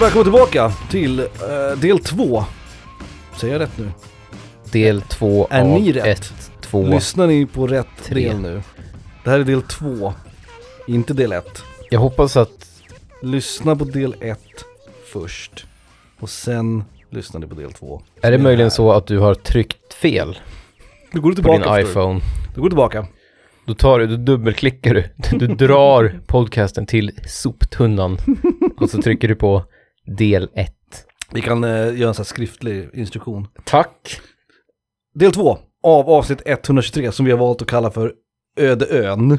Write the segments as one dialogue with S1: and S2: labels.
S1: Välkommen tillbaka till eh, del två. Säger jag rätt nu?
S2: Del 2
S1: Är
S2: av
S1: ni rätt?
S2: 1, 2.
S1: Lyssnar ni på rätt
S2: Tre.
S1: del nu? Det här är del två, inte del ett.
S2: Jag hoppas att...
S1: Lyssna på del ett först och sen lyssnar ni på del två.
S2: Är det
S1: Det
S2: möjligen
S1: här.
S2: så att du har tryckt fel
S1: Du går du
S2: på
S1: tillbaka.
S2: din
S1: förstår du.
S2: iPhone?
S1: Du går tillbaka.
S2: Då tar du, då dubbelklickar du. Du drar podcasten till soptunnan. Och så trycker du på del 1.
S1: Vi kan eh, göra en sån här skriftlig instruktion.
S2: Tack.
S1: Del två av avsnitt 123 som vi har valt att kalla för Öde ön.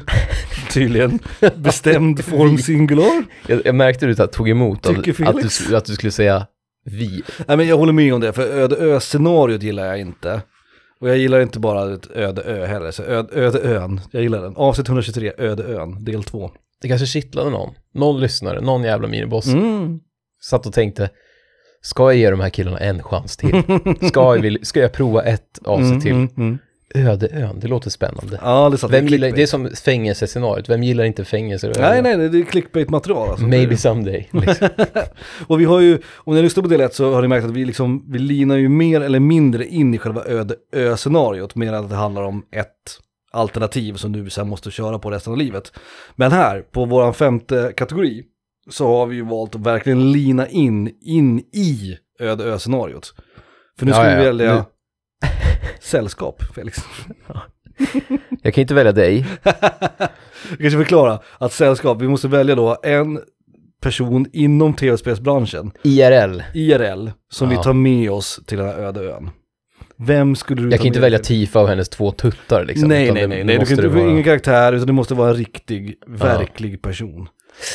S1: Tydligen. Bestämd form singular.
S2: Jag, jag märkte att du tog emot av,
S1: Tycker
S2: att, du,
S1: Felix.
S2: s- att du skulle säga vi.
S1: Nej men jag håller med om det, för öde ö-scenariot gillar jag inte. Och jag gillar inte bara ett öde ö heller, så öde, öde ön, jag gillar den. Avsnitt 123, öde ön, del 2.
S2: Det kanske kittlade någon. Någon lyssnare, någon jävla miniboss.
S1: Mm.
S2: Satt och tänkte, ska jag ge de här killarna en chans till? Ska jag, vill, ska jag prova ett avsnitt till?
S1: mm.
S2: Öde ön, det låter spännande.
S1: Ja, det satt
S2: Vem
S1: i
S2: gillar, det är
S1: clickbait.
S2: som fängelsescenariot, vem gillar inte fängelser? och
S1: Nej,
S2: öar?
S1: nej, nej, det är clickbait-material alltså.
S2: Maybe someday. Liksom.
S1: Och vi har ju, om ni lyssnar på del 1 så har ni märkt att vi liksom, vi linar ju mer eller mindre in i själva öde ö-scenariot, mer än att det handlar om ett alternativ som du sen måste köra på resten av livet. Men här, på vår femte kategori, så har vi ju valt att verkligen lina in, in i öde ö-scenariot. För nu ska
S2: Ja, ja,
S1: vi
S2: ja.
S1: välja
S2: Nu-
S1: sällskap, Felix.
S2: jag kan inte välja dig.
S1: Jag kanske förklara att sällskap, vi måste välja då en person inom tv-spelsbranschen
S2: IRL.
S1: IRL som
S2: Ja.
S1: vi tar med oss till den här öde ön. Vem skulle du
S2: Jag
S1: ta
S2: kan inte
S1: med
S2: välja
S1: dig?
S2: Tifa och hennes två tuttar liksom.
S1: Nej,
S2: utan
S1: nej,
S2: det-
S1: nej,
S2: det
S1: nej. Du
S2: måste
S1: kan inte,
S2: det vara-
S1: ingen karaktär, utan det måste vara en riktig, verklig person.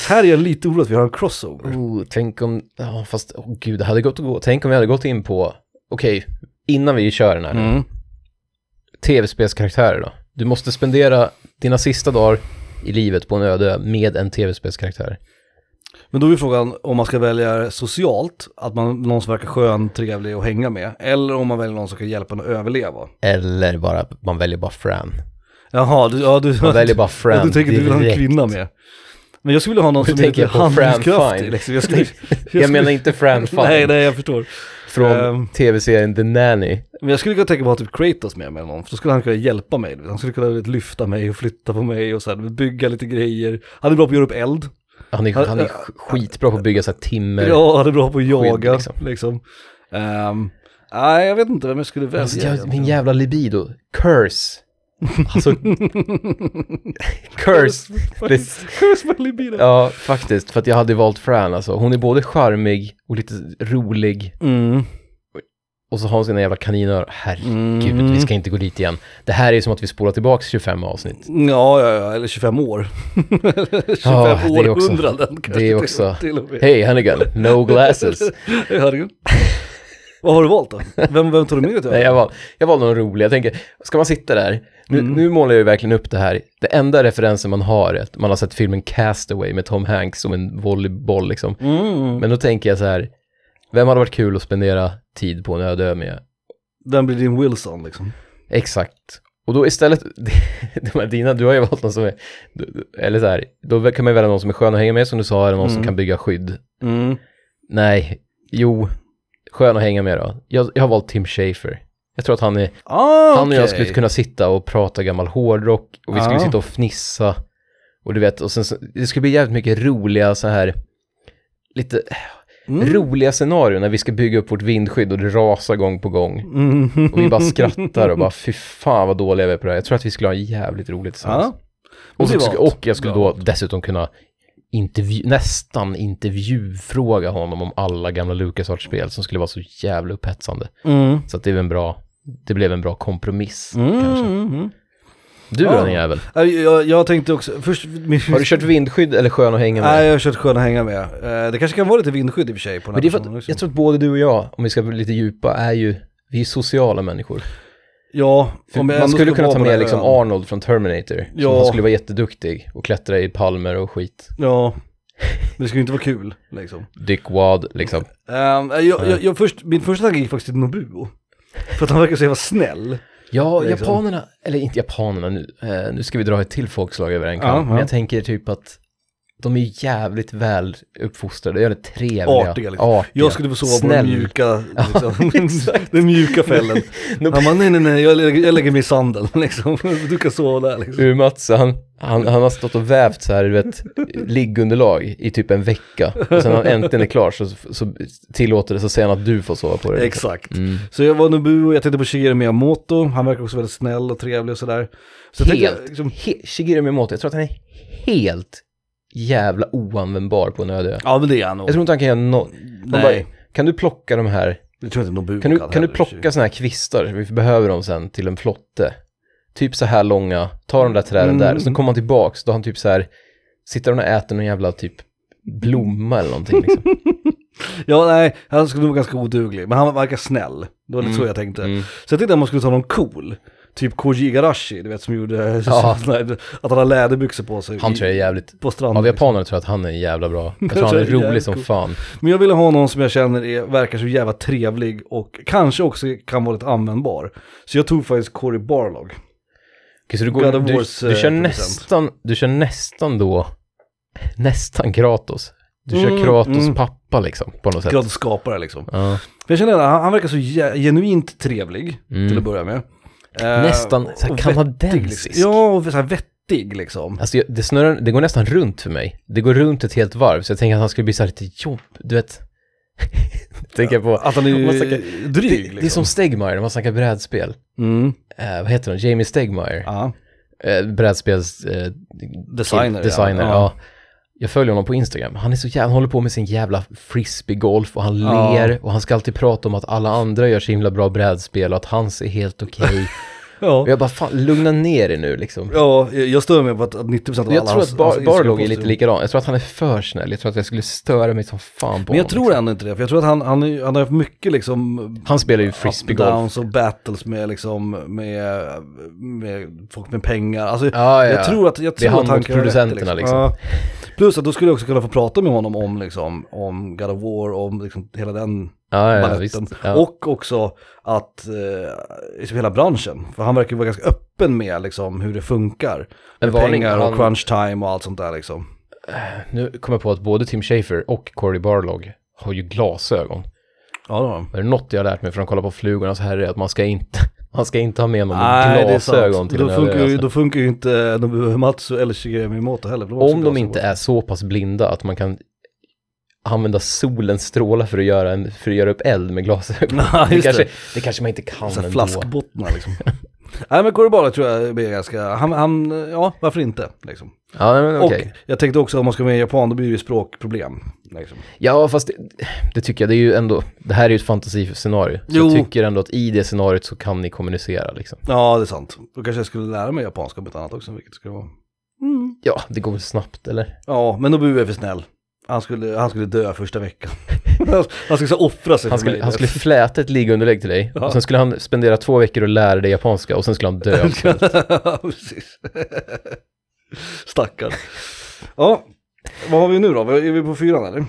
S1: Här är jag lite orolig att vi har en crossover.
S2: Oh, tänk om, ja fast, åh gud, det hade gått att gå, tänk om vi hade gått in på, okej, innan vi kör den här,
S1: Mm.
S2: tv-spelskaraktärer då. Du måste spendera dina sista dagar i livet på en öde ö med en tv-spelskaraktär.
S1: Men då är ju frågan om man ska välja socialt, att man någon som verkar skön, trevlig och hänga med, eller om man väljer någon som kan hjälpa en att överleva.
S2: Eller bara, man väljer bara Fran.
S1: Jaha, du, ja, du,
S2: Man väljer bara Fran
S1: ja, du tänker att du vill ha en
S2: direkt.
S1: kvinna med. Men jag skulle vilja ha någon
S2: Hur
S1: som är
S2: tänker
S1: lite
S2: jag på Fran Fine?
S1: handlingskraftig. Liksom. Jag, skulle, jag, skulle,
S2: Jag menar inte Fran Fine
S1: Nej, nej, jag förstår.
S2: från
S1: ehm.
S2: tv-serien The Nanny.
S1: Men jag skulle kunna tänka mig att ha typ Kratos med mig eller någon, för då skulle han kunna hjälpa mig. Han skulle kunna vet, lyfta mig och flytta på mig och så här, bygga lite grejer. Han är bra på att göra upp eld.
S2: Han är,
S1: Han-
S2: han är
S1: han-
S2: skitbra på att bygga så här timmer.
S1: Ja, han är bra på att jaga
S2: liksom.
S1: liksom. Ehm, nej, jag vet inte vem jag skulle välja.
S2: Alltså, jag, min
S1: egentligen.
S2: jävla libido. Curse. Alltså... curse. Det,
S1: Curse my libido.
S2: ja, faktiskt. För att jag hade valt Fran alltså. Hon är både charmig och lite rolig.
S1: Mm.
S2: Och så har hon sina jävla kaninöron. Herregud,
S1: Mm.
S2: vi ska inte gå dit igen. Det här är som att vi spolar tillbaka 25 avsnitt.
S1: Ja, ja, ja, eller 25 år. Eller 25
S2: Ja, det är också-
S1: århundraden kanske.
S2: det är
S1: till-
S2: också-
S1: Till och med.
S2: Hej Hennigan, no glasses.
S1: Herregud. Vad har du valt då? Vem, vem tar du med dig till?
S2: Nej, jag valde, jag valde någon rolig. Jag tänker, ska man sitta där? Nu, nu målar jag ju verkligen upp det här. Det enda referensen man har är att man har sett filmen Castaway med Tom Hanks som en volleyboll liksom.
S1: Mm.
S2: Men då tänker jag så här, vem hade varit kul att spendera tid på en öde ö med?
S1: Den blir din Wilson liksom.
S2: Exakt. Och då istället, de här dina, du har ju valt någon som är, du- du- eller så här, då kan man ju välja någon som är skön att hänga med som du sa, eller någon som
S1: Mm.
S2: kan bygga skydd.
S1: Mm.
S2: Nej, jo, skön att hänga med då. Jag, jag har valt Tim Schafer. Jag tror att han är
S1: Ah,
S2: Han och jag
S1: okej.
S2: skulle kunna sitta och prata gammal hårdrock och vi skulle
S1: Ja.
S2: sitta och fnissa. Och du vet, och sen, så- det skulle bli jävligt mycket roliga så här, lite
S1: Mm.
S2: roliga scenarion när vi ska bygga upp vårt vindskydd och det rasar gång på gång.
S1: Mm.
S2: Och vi bara skrattar och bara fy fan vad dåliga vi är på det här. Jag tror att vi skulle ha jävligt roligt tillsammans.
S1: Ja.
S2: och,
S1: det
S2: så,
S1: var
S2: skulle-
S1: allt.
S2: och jag skulle då dessutom kunna intervju, nästan intervjufråga honom om alla gamla LucasArts-spel som skulle vara så jävla upphetsande.
S1: Mm.
S2: Så att det, är väl en bra, det blev en bra kompromiss kanske.
S1: Mm. Mm.
S2: Du då
S1: Ja.
S2: din jävel?
S1: Äh, Jag, jag tänkte också, först...
S2: Har du kört vindskydd eller skön att hänga med?
S1: Nej, jag har kört skön att hänga med. Eh, Det kanske kan vara lite vindskydd i och för sig på den här
S2: Men det är för
S1: personen liksom.
S2: att,
S1: också.
S2: jag tror att både du och jag, om vi ska bli lite djupa, är ju, vi är ju sociala människor.
S1: Ja,
S2: För
S1: jag
S2: man
S1: ändå
S2: skulle kunna
S1: vara
S2: ta
S1: på den
S2: med
S1: här
S2: liksom
S1: ön.
S2: Arnold från Terminator, som
S1: Ja.
S2: han skulle vara jätteduktig och klättra i palmer och skit.
S1: Ja, Men det skulle ju inte vara kul liksom.
S2: Dick Wad, liksom.
S1: Ehm, jag, jag, jag först, min första tanke gick faktiskt till Nobuo. För att han verkar så jävla snäll.
S2: Ja,
S1: Liksom.
S2: japanerna, eller inte japanerna nu, eh, nu ska vi dra ett till folkslag över en kam.
S1: Ja, ja.
S2: Men jag tänker typ att de är ju jävligt väl uppfostrade, jävligt trevliga,
S1: Artiga liksom. Jag skulle få sova på
S2: snäll.
S1: den mjuka,
S2: Ja,
S1: liksom, den mjuka fällen.
S2: Nu-
S1: Han bara, nej nej nej, jag lägger, jag lägger mig i sanden liksom. Du kan sova där liksom.
S2: Ur Mats, han, han, han har stått och vävt så här, du vet, liggunderlag i typ en vecka. Och sen när han äntligen är klar så, så tillåter det, så säger han att du får sova på det. Mm.
S1: Exakt. Så jag var Nobuo, jag tänkte på Shigeru Miyamoto, han verkar också väldigt snäll och trevlig och sådär. Så jag tänkte,
S2: Helt,
S1: liksom,
S2: he, Shigeru Miyamoto, jag tror att han är helt jävla oanvändbar på en öde ö.
S1: ja men det är han nog.
S2: Jag tror inte han kan göra något.
S1: Nej.
S2: Kan du plocka de här,
S1: Jag tror inte Nobuo
S2: kan du, kan du
S1: heller.
S2: plocka såna här kvistar, vi behöver dem sen till en flotte. Typ så här långa, ta de där träden där,
S1: Mm.
S2: sen kommer han tillbaks, då har han typ så här, sitter han och äter någon jävla typ blomma eller någonting liksom.
S1: Ja nej, han skulle nog vara ganska oduglig, men han verkar snäll. Det var lite så jag tänkte.
S2: Mm.
S1: Så jag tänkte att man skulle ta någon cool, typ Koji Igarashi, du vet som gjorde,
S2: Ja.
S1: att han har läderbyxor på sig.
S2: Han
S1: i-
S2: tror jag är jävligt...
S1: På stranden.
S2: Av japanerna tror jag att han är jävla bra. Jag tror
S1: tror
S2: han är
S1: jag är
S2: rolig
S1: jävligt
S2: som
S1: cool.
S2: fan.
S1: Men jag ville ha någon som jag känner är, verkar så jävla trevlig och kanske också kan vara lite användbar. Så jag tog faktiskt Cory Barlog.
S2: Okej, så du,
S1: God
S2: går,
S1: of
S2: du,
S1: Wars,
S2: du, kör
S1: eh, producent.
S2: nästan, du kör nästan då, nästan Kratos. Du kör
S1: Mm,
S2: Kratos
S1: mm.
S2: pappa liksom, på något sätt.
S1: Gratis skapare liksom.
S2: Ja.
S1: För jag känner att han, han verkar så jä- genuint trevlig
S2: Mm.
S1: till att börja med. Eh,
S2: Nästan så här,
S1: och vettig,
S2: kanadensisk.
S1: liksom. Ja, och så här vettig liksom.
S2: Alltså jag- det, snurrar, det går nästan runt för mig. Det går runt ett helt varv, så jag tänker att han skulle bli så här lite jobb, du vet. tänker jag på.
S1: Att han är
S2: om man
S1: ju
S2: snackar-
S1: dryg
S2: det,
S1: liksom.
S2: det är som Stegmaier när man snackar brädspel.
S1: Mm,
S2: Eh, vad heter hon? Jamie Stegmaier.
S1: ja.
S2: Eh, brädspels... Eh,
S1: Designer, ja.
S2: Kill, designer ja.
S1: Ja.
S2: Jag följer honom på Instagram. Han är så jävla, han håller på med sin jävla frisbeegolf och han
S1: Ja.
S2: ler och han ska alltid prata om att alla andra gör så himla bra brädspel och att hans är helt okej.
S1: Ja.
S2: och jag bara, fan lugna ner er nu liksom.
S1: Ja, jag jag stör mig på att att 90% av alla alltså,
S2: Jag
S1: hans-
S2: tror att
S1: hans
S2: Bar- Barlog är
S1: Instagram-poster-
S2: lite likadan. Jag tror att han är för snäll. Jag tror att jag skulle störa mig som fan på
S1: Men jag
S2: honom.
S1: tror ändå inte det, för jag tror att han, han, är- han har haft mycket liksom
S2: liksom. Han spelar ju
S1: Up and
S2: frisbeegolf.
S1: downs och battles med, liksom, med, med folk med pengar. Alltså,
S2: Ja, ja.
S1: Jag tror att, jag
S2: Det
S1: tror
S2: är han
S1: att han
S2: mot
S1: kan göra
S2: producenterna,
S1: rätt,
S2: liksom.
S1: Ja. Plus att då skulle jag också kunna få prata med honom om, liksom, om God of War, om liksom, hela den
S2: Ja, ja, visst.
S1: baletten.
S2: Ja.
S1: Och också att, eh, liksom, hela branschen. För han verkar ju vara ganska öppen med liksom, hur det funkar.
S2: Men
S1: Med
S2: varning,
S1: pengar
S2: han-
S1: och crunch time och allt sånt där liksom.
S2: Nu kommer jag på att både Tim Schafer och Corey Barlog har ju glasögon.
S1: Ja, det har han.
S2: Är det något jag har lärt mig från att kolla på Flugornas herre är att man ska inte, man ska inte ha med någon
S1: Nej,
S2: med
S1: det är
S2: glasögon
S1: sant.
S2: till en
S1: Då funkar, ju,
S2: överraskning.
S1: då funkar ju inte Nobuo Matsu eller Shigeru Miyamoto heller. för har också
S2: Om de
S1: glasögon.
S2: inte är så pass blinda att man kan använda solens strålar för att göra, en, för att göra upp eld med glasögon.
S1: Ja,
S2: det,
S1: just
S2: kanske,
S1: det.
S2: det. kanske man inte kan
S1: Så här
S2: ändå.
S1: flaskbottnar liksom. Nej men Koribala tror jag blir ganska, han, han ja varför inte liksom.
S2: Ja, nej, men okej.
S1: Och jag tänkte också om man ska med i Japan då blir det ju språkproblem. Liksom.
S2: Ja, fast det, det tycker jag, det är ju ändå, det här är ju ett fantasiscenario. Så
S1: Jo.
S2: jag tycker ändå att i det scenariot så kan ni kommunicera liksom.
S1: Ja det är sant. Då kanske jag skulle lära mig japanska om inte annat också vilket skulle vara. Mm.
S2: Ja, det går väl snabbt eller?
S1: Ja men Nobu är för snäll. Han skulle, han skulle dö första veckan. han skulle så offra sig
S2: Han
S1: för
S2: skulle,
S1: mig.
S2: han skulle fläta ett ligaunderlägg till dig och sen skulle han spendera två veckor och lära dig japanska och sen skulle han dö.
S1: Precis. Stackarn. Ja, vad har vi nu då? Är vi på fyran eller?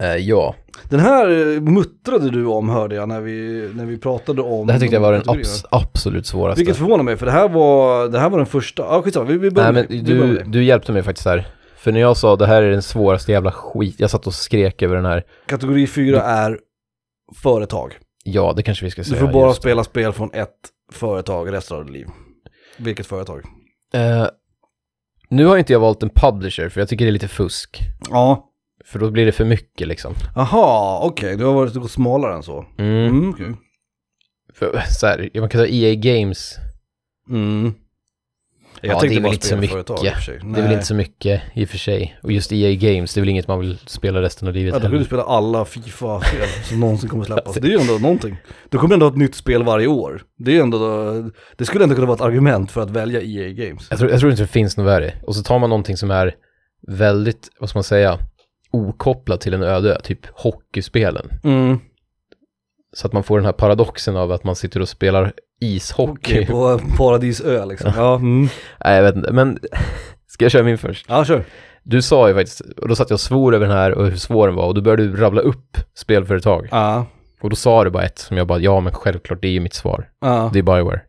S2: Eh, ja,
S1: Den här eh, muttrade du om hörde jag när vi, när vi pratade om...
S2: det här tyckte jag var den
S1: kategorierna.
S2: abs- absolut svåraste.
S1: Vilket förvånar mig för det här var, det här var den första. Ja ah, skitsamma, vi, vi börjar
S2: Nej
S1: med- vi
S2: men
S1: börjar med
S2: du,
S1: det.
S2: du hjälpte mig faktiskt här. För när jag sa det här är den svåraste jävla skit, jag satt och skrek över den här.
S1: Kategori fyra är företag.
S2: Ja, det kanske vi ska
S1: Du
S2: säga.
S1: får bara
S2: just.
S1: spela spel från ett företag resten av ditt liv. Vilket företag?
S2: Eh, nu har inte jag valt en publisher för jag tycker det är lite fusk.
S1: Ja.
S2: För då blir det för mycket liksom.
S1: Aha, okej, du har varit du har gått smalare än så.
S2: Mm.
S1: Mm, okej.
S2: För, så här, man kan ta EA Games,
S1: Mm.
S2: Ja, det är väl inte så
S1: spelföretag i och för sig.
S2: det är väl
S1: Nej.
S2: inte så mycket i och för sig. Och just EA Games, det är väl inget man vill spela resten av livet
S1: Ja, då kan du
S2: heller.
S1: spela alla Fifa-spel som någonsin kommer släppas. Alltså, Det är ju ändå någonting. Du kommer ändå ha ett nytt spel varje år. Det, är ju ändå, det skulle ändå kunna vara ett argument för att välja EA Games.
S2: Jag tror, jag tror inte det finns något värre. Och så tar man någonting som är väldigt, vad ska man säga, okopplat till en öde ö, typ hockeyspelen.
S1: Mm.
S2: Så att man får den här paradoxen av att man sitter och spelar ishockey.
S1: Okej, På Paradisö liksom. Ja, mm.
S2: Nej, jag vet inte. Men ska jag köra min först?
S1: ja kör.
S2: Du sa ju faktiskt, och då satt jag och svor över den här och hur svår den var och då började du rabbla upp spelföretag.
S1: Ja,
S2: Och då sa du bara ett som jag bara, ja men självklart, det är ju mitt svar.
S1: ja.
S2: Det är Bioware.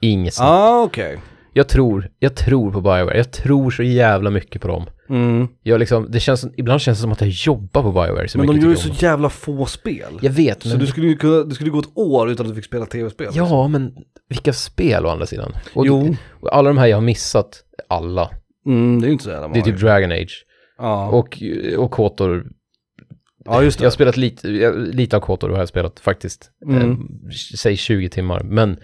S2: Inget snack.
S1: Ja, okej.
S2: Jag tror, jag tror på Bioware. Jag tror så jävla mycket på dem.
S1: Mm.
S2: Jag liksom, det känns, ibland känns det som att jag jobbar på Bioware så
S1: Men
S2: mycket.
S1: de gör ju
S2: tycker
S1: så
S2: jag om
S1: jävla få spel.
S2: dem. Jag vet,
S1: Så
S2: men...
S1: du skulle ju kunna, det skulle gå ett år utan att du fick spela tv-spel.
S2: Ja, men vilka spel å andra sidan. Och,
S1: Jo.
S2: och alla de här jag har missat, alla.
S1: Mm, det är ju inte så jävla
S2: Det är
S1: många.
S2: typ Dragon Age.
S1: ja.
S2: Och, och Kotor
S1: ja, just
S2: Jag har
S1: det.
S2: spelat lite, jag- lite av Kotor har jag spelat faktiskt.
S1: Mm.
S2: Eh, säg 20 timmar. Men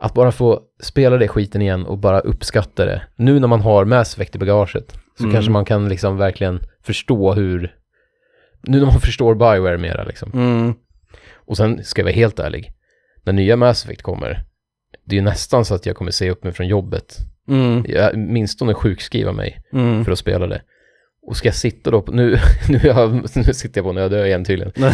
S2: att bara få spela det skiten igen och bara uppskatta det. Nu när man har Mass Effect i bagaget så
S1: Mm.
S2: kanske man kan liksom verkligen förstå hur... Nu när man förstår Bioware mera liksom.
S1: Mm.
S2: Och sen ska jag vara helt ärlig. När nya Mass Effect kommer, det är ju nästan så att jag kommer se upp mig från jobbet.
S1: Mm.
S2: Jag, minstone sjukskriva mig
S1: Mm.
S2: för att spela det. Och ska jag sitta då på, nu, nu, är jag, nu sitter jag på när jag dör igen tydligen. Men,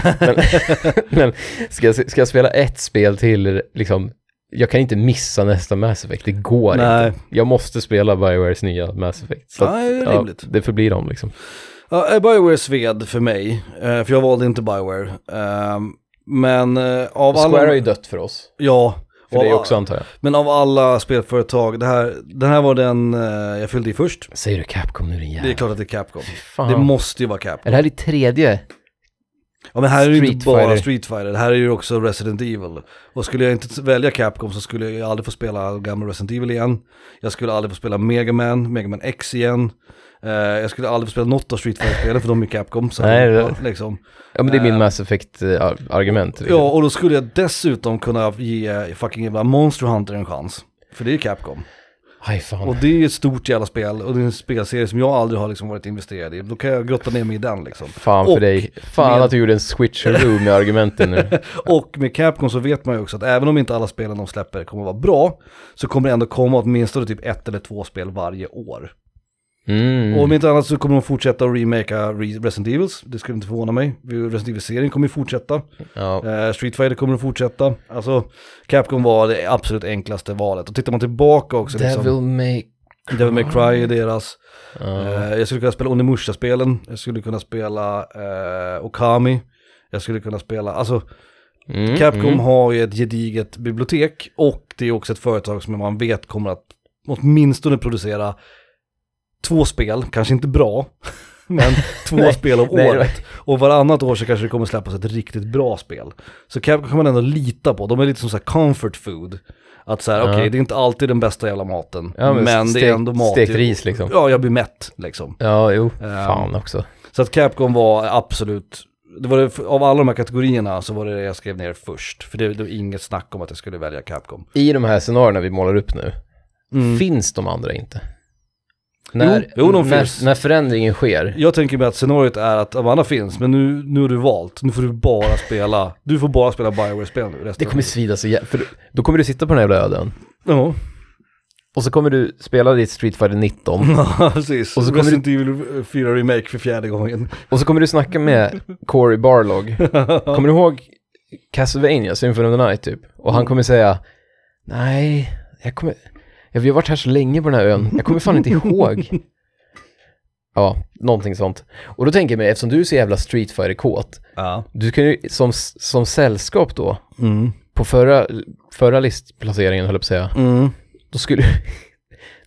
S2: men ska, jag, ska jag spela ett spel till, liksom, jag kan inte missa nästa Mass Effect, det går
S1: Nej.
S2: inte. Jag måste spela Biowares nya Mass Effect. Så
S1: Ja, det är rimligt.
S2: det förblir dem liksom.
S1: Ja, eh, Bioware sved för mig, eh, för jag valde inte Bioware. Ehm, Men eh, av
S2: Och Square har ju
S1: alla...
S2: dött för oss,
S1: Ja.
S2: för
S1: av
S2: dig
S1: a-
S2: också antar jag.
S1: Men av alla spelföretag, det här, den här var den eh, jag fyllde i först.
S2: Säger du Capcom nu din
S1: Det är
S2: jävel?
S1: klart att det är Capcom.
S2: Fan.
S1: Det måste ju vara Capcom.
S2: är det här ditt tredje?
S1: Ja men här är det ju
S2: Street
S1: inte bara
S2: Fighter.
S1: Street Fighter, det här är ju också Resident Evil. Och skulle jag inte välja Capcom så skulle jag aldrig få spela gamla Resident Evil igen. Jag skulle aldrig få spela Mega Man, Mega Man X igen. Eh, jag skulle aldrig få spela något av Street Fighter-spelen för de är Capcom. Så
S2: Nej, det-
S1: ja, liksom.
S2: Ja men det är
S1: Eh.
S2: min Mass Effect-argument.
S1: Ja, och då skulle jag dessutom kunna ge fucking jävla Monster Hunter en chans. För det är Capcom.
S2: Aj fan.
S1: Och det är ju ett stort jävla spel och det är en spelserie som jag aldrig har liksom varit investerad i. Då kan jag grotta ner mig i den liksom.
S2: Fan för
S1: Och
S2: dig. Fan
S1: med-
S2: att du gjorde en switcheroo med argumenten nu.
S1: Och med Capcom så vet man ju också att även om inte alla spelen de släpper kommer att vara bra, så kommer det ändå komma åtminstone typ ett eller två spel varje år.
S2: Mm.
S1: Och om inte annat så kommer de fortsätta att remakea Re- Resident Evils, det skulle inte förvåna mig. Resident Evil-serien kommer ju fortsätta,
S2: ja.
S1: eh, Street Fighter kommer att fortsätta. Alltså, Capcom var det absolut enklaste valet. Och tittar man tillbaka också, liksom,
S2: Devil May...
S1: Devil May Cry är deras.
S2: Ja.
S1: Eh, jag skulle kunna spela Onimusha-spelen, jag skulle kunna spela eh, Okami, jag skulle kunna spela, alltså
S2: Mm,
S1: Capcom
S2: mm.
S1: har ju ett gediget bibliotek och det är också ett företag som man vet kommer att åtminstone producera två spel, kanske inte bra, men två spel om
S2: nej,
S1: året. Och varannat år så kanske det kommer släppas ett riktigt bra spel. Så Capcom kan man ändå lita på, de är lite som så här comfort food. Att så här,
S2: Ja.
S1: okej, det är inte alltid den bästa jävla maten,
S2: Ja,
S1: men,
S2: men
S1: det är
S2: stek-
S1: ändå mat.
S2: stekt ris, liksom.
S1: Ja, jag blir mätt liksom.
S2: Ja, jo. Fan också.
S1: Så att Capcom var absolut, det var det, av alla de här kategorierna så var det det jag skrev ner först. För det, det var inget snack om att jag skulle välja Capcom.
S2: I de här scenarierna vi målar upp nu,
S1: Mm.
S2: finns de andra inte? När,
S1: jo, de
S2: när,
S1: finns.
S2: när förändringen sker,
S1: Jag tänker mig att scenariot är att de andra finns, men nu, nu har du valt. Nu får du bara spela, du får bara spela Bioware-spel nu resten
S2: det
S1: av
S2: kommer svida så jävla... För då kommer du sitta på den här jävla öden.
S1: Ja,
S2: Och så kommer du spela ditt Street Fighter 19.
S1: Ja, precis.
S2: Och
S1: Och
S2: så
S1: så
S2: kommer
S1: Resident Evil 4 Remake för fjärde gången.
S2: Och så kommer du snacka med Corey Barlog. Kommer du ihåg Castlevania, Symphony of the Night typ? Och han kommer säga, nej, jag kommer, jag, vi har varit här så länge på den här ön, jag kommer fan inte ihåg. Ja, någonting sånt. Och då tänker jag mig, eftersom du är så jävla Street Fighter-kåt,
S1: Ja.
S2: du kan ju som, som sällskap då,
S1: Mm.
S2: på förra, förra listplaceringen höll jag på att säga,
S1: Mm.
S2: då skulle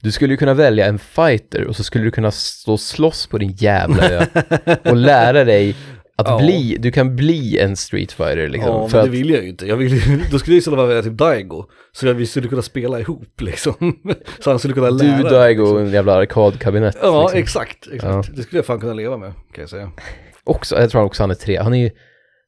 S2: du skulle ju kunna välja en fighter och så skulle du kunna stå och slåss på din jävla ö och lära dig att
S1: Ja.
S2: bli, du kan bli en street fighter liksom.
S1: ja,
S2: för
S1: men det
S2: att,
S1: vill jag ju inte. Jag vill ju, då skulle jag ju i sådana fall välja typ Daigo. Så jag- vi skulle kunna spela ihop liksom. Så han skulle kunna lära. liksom.
S2: du, Daigo och en jävla arkadkabinett.
S1: Ja,
S2: liksom.
S1: exakt. exakt. Det skulle jag fan kunna leva med, kan jag säga.
S2: också, jag tror också han är tre. Han, är ju,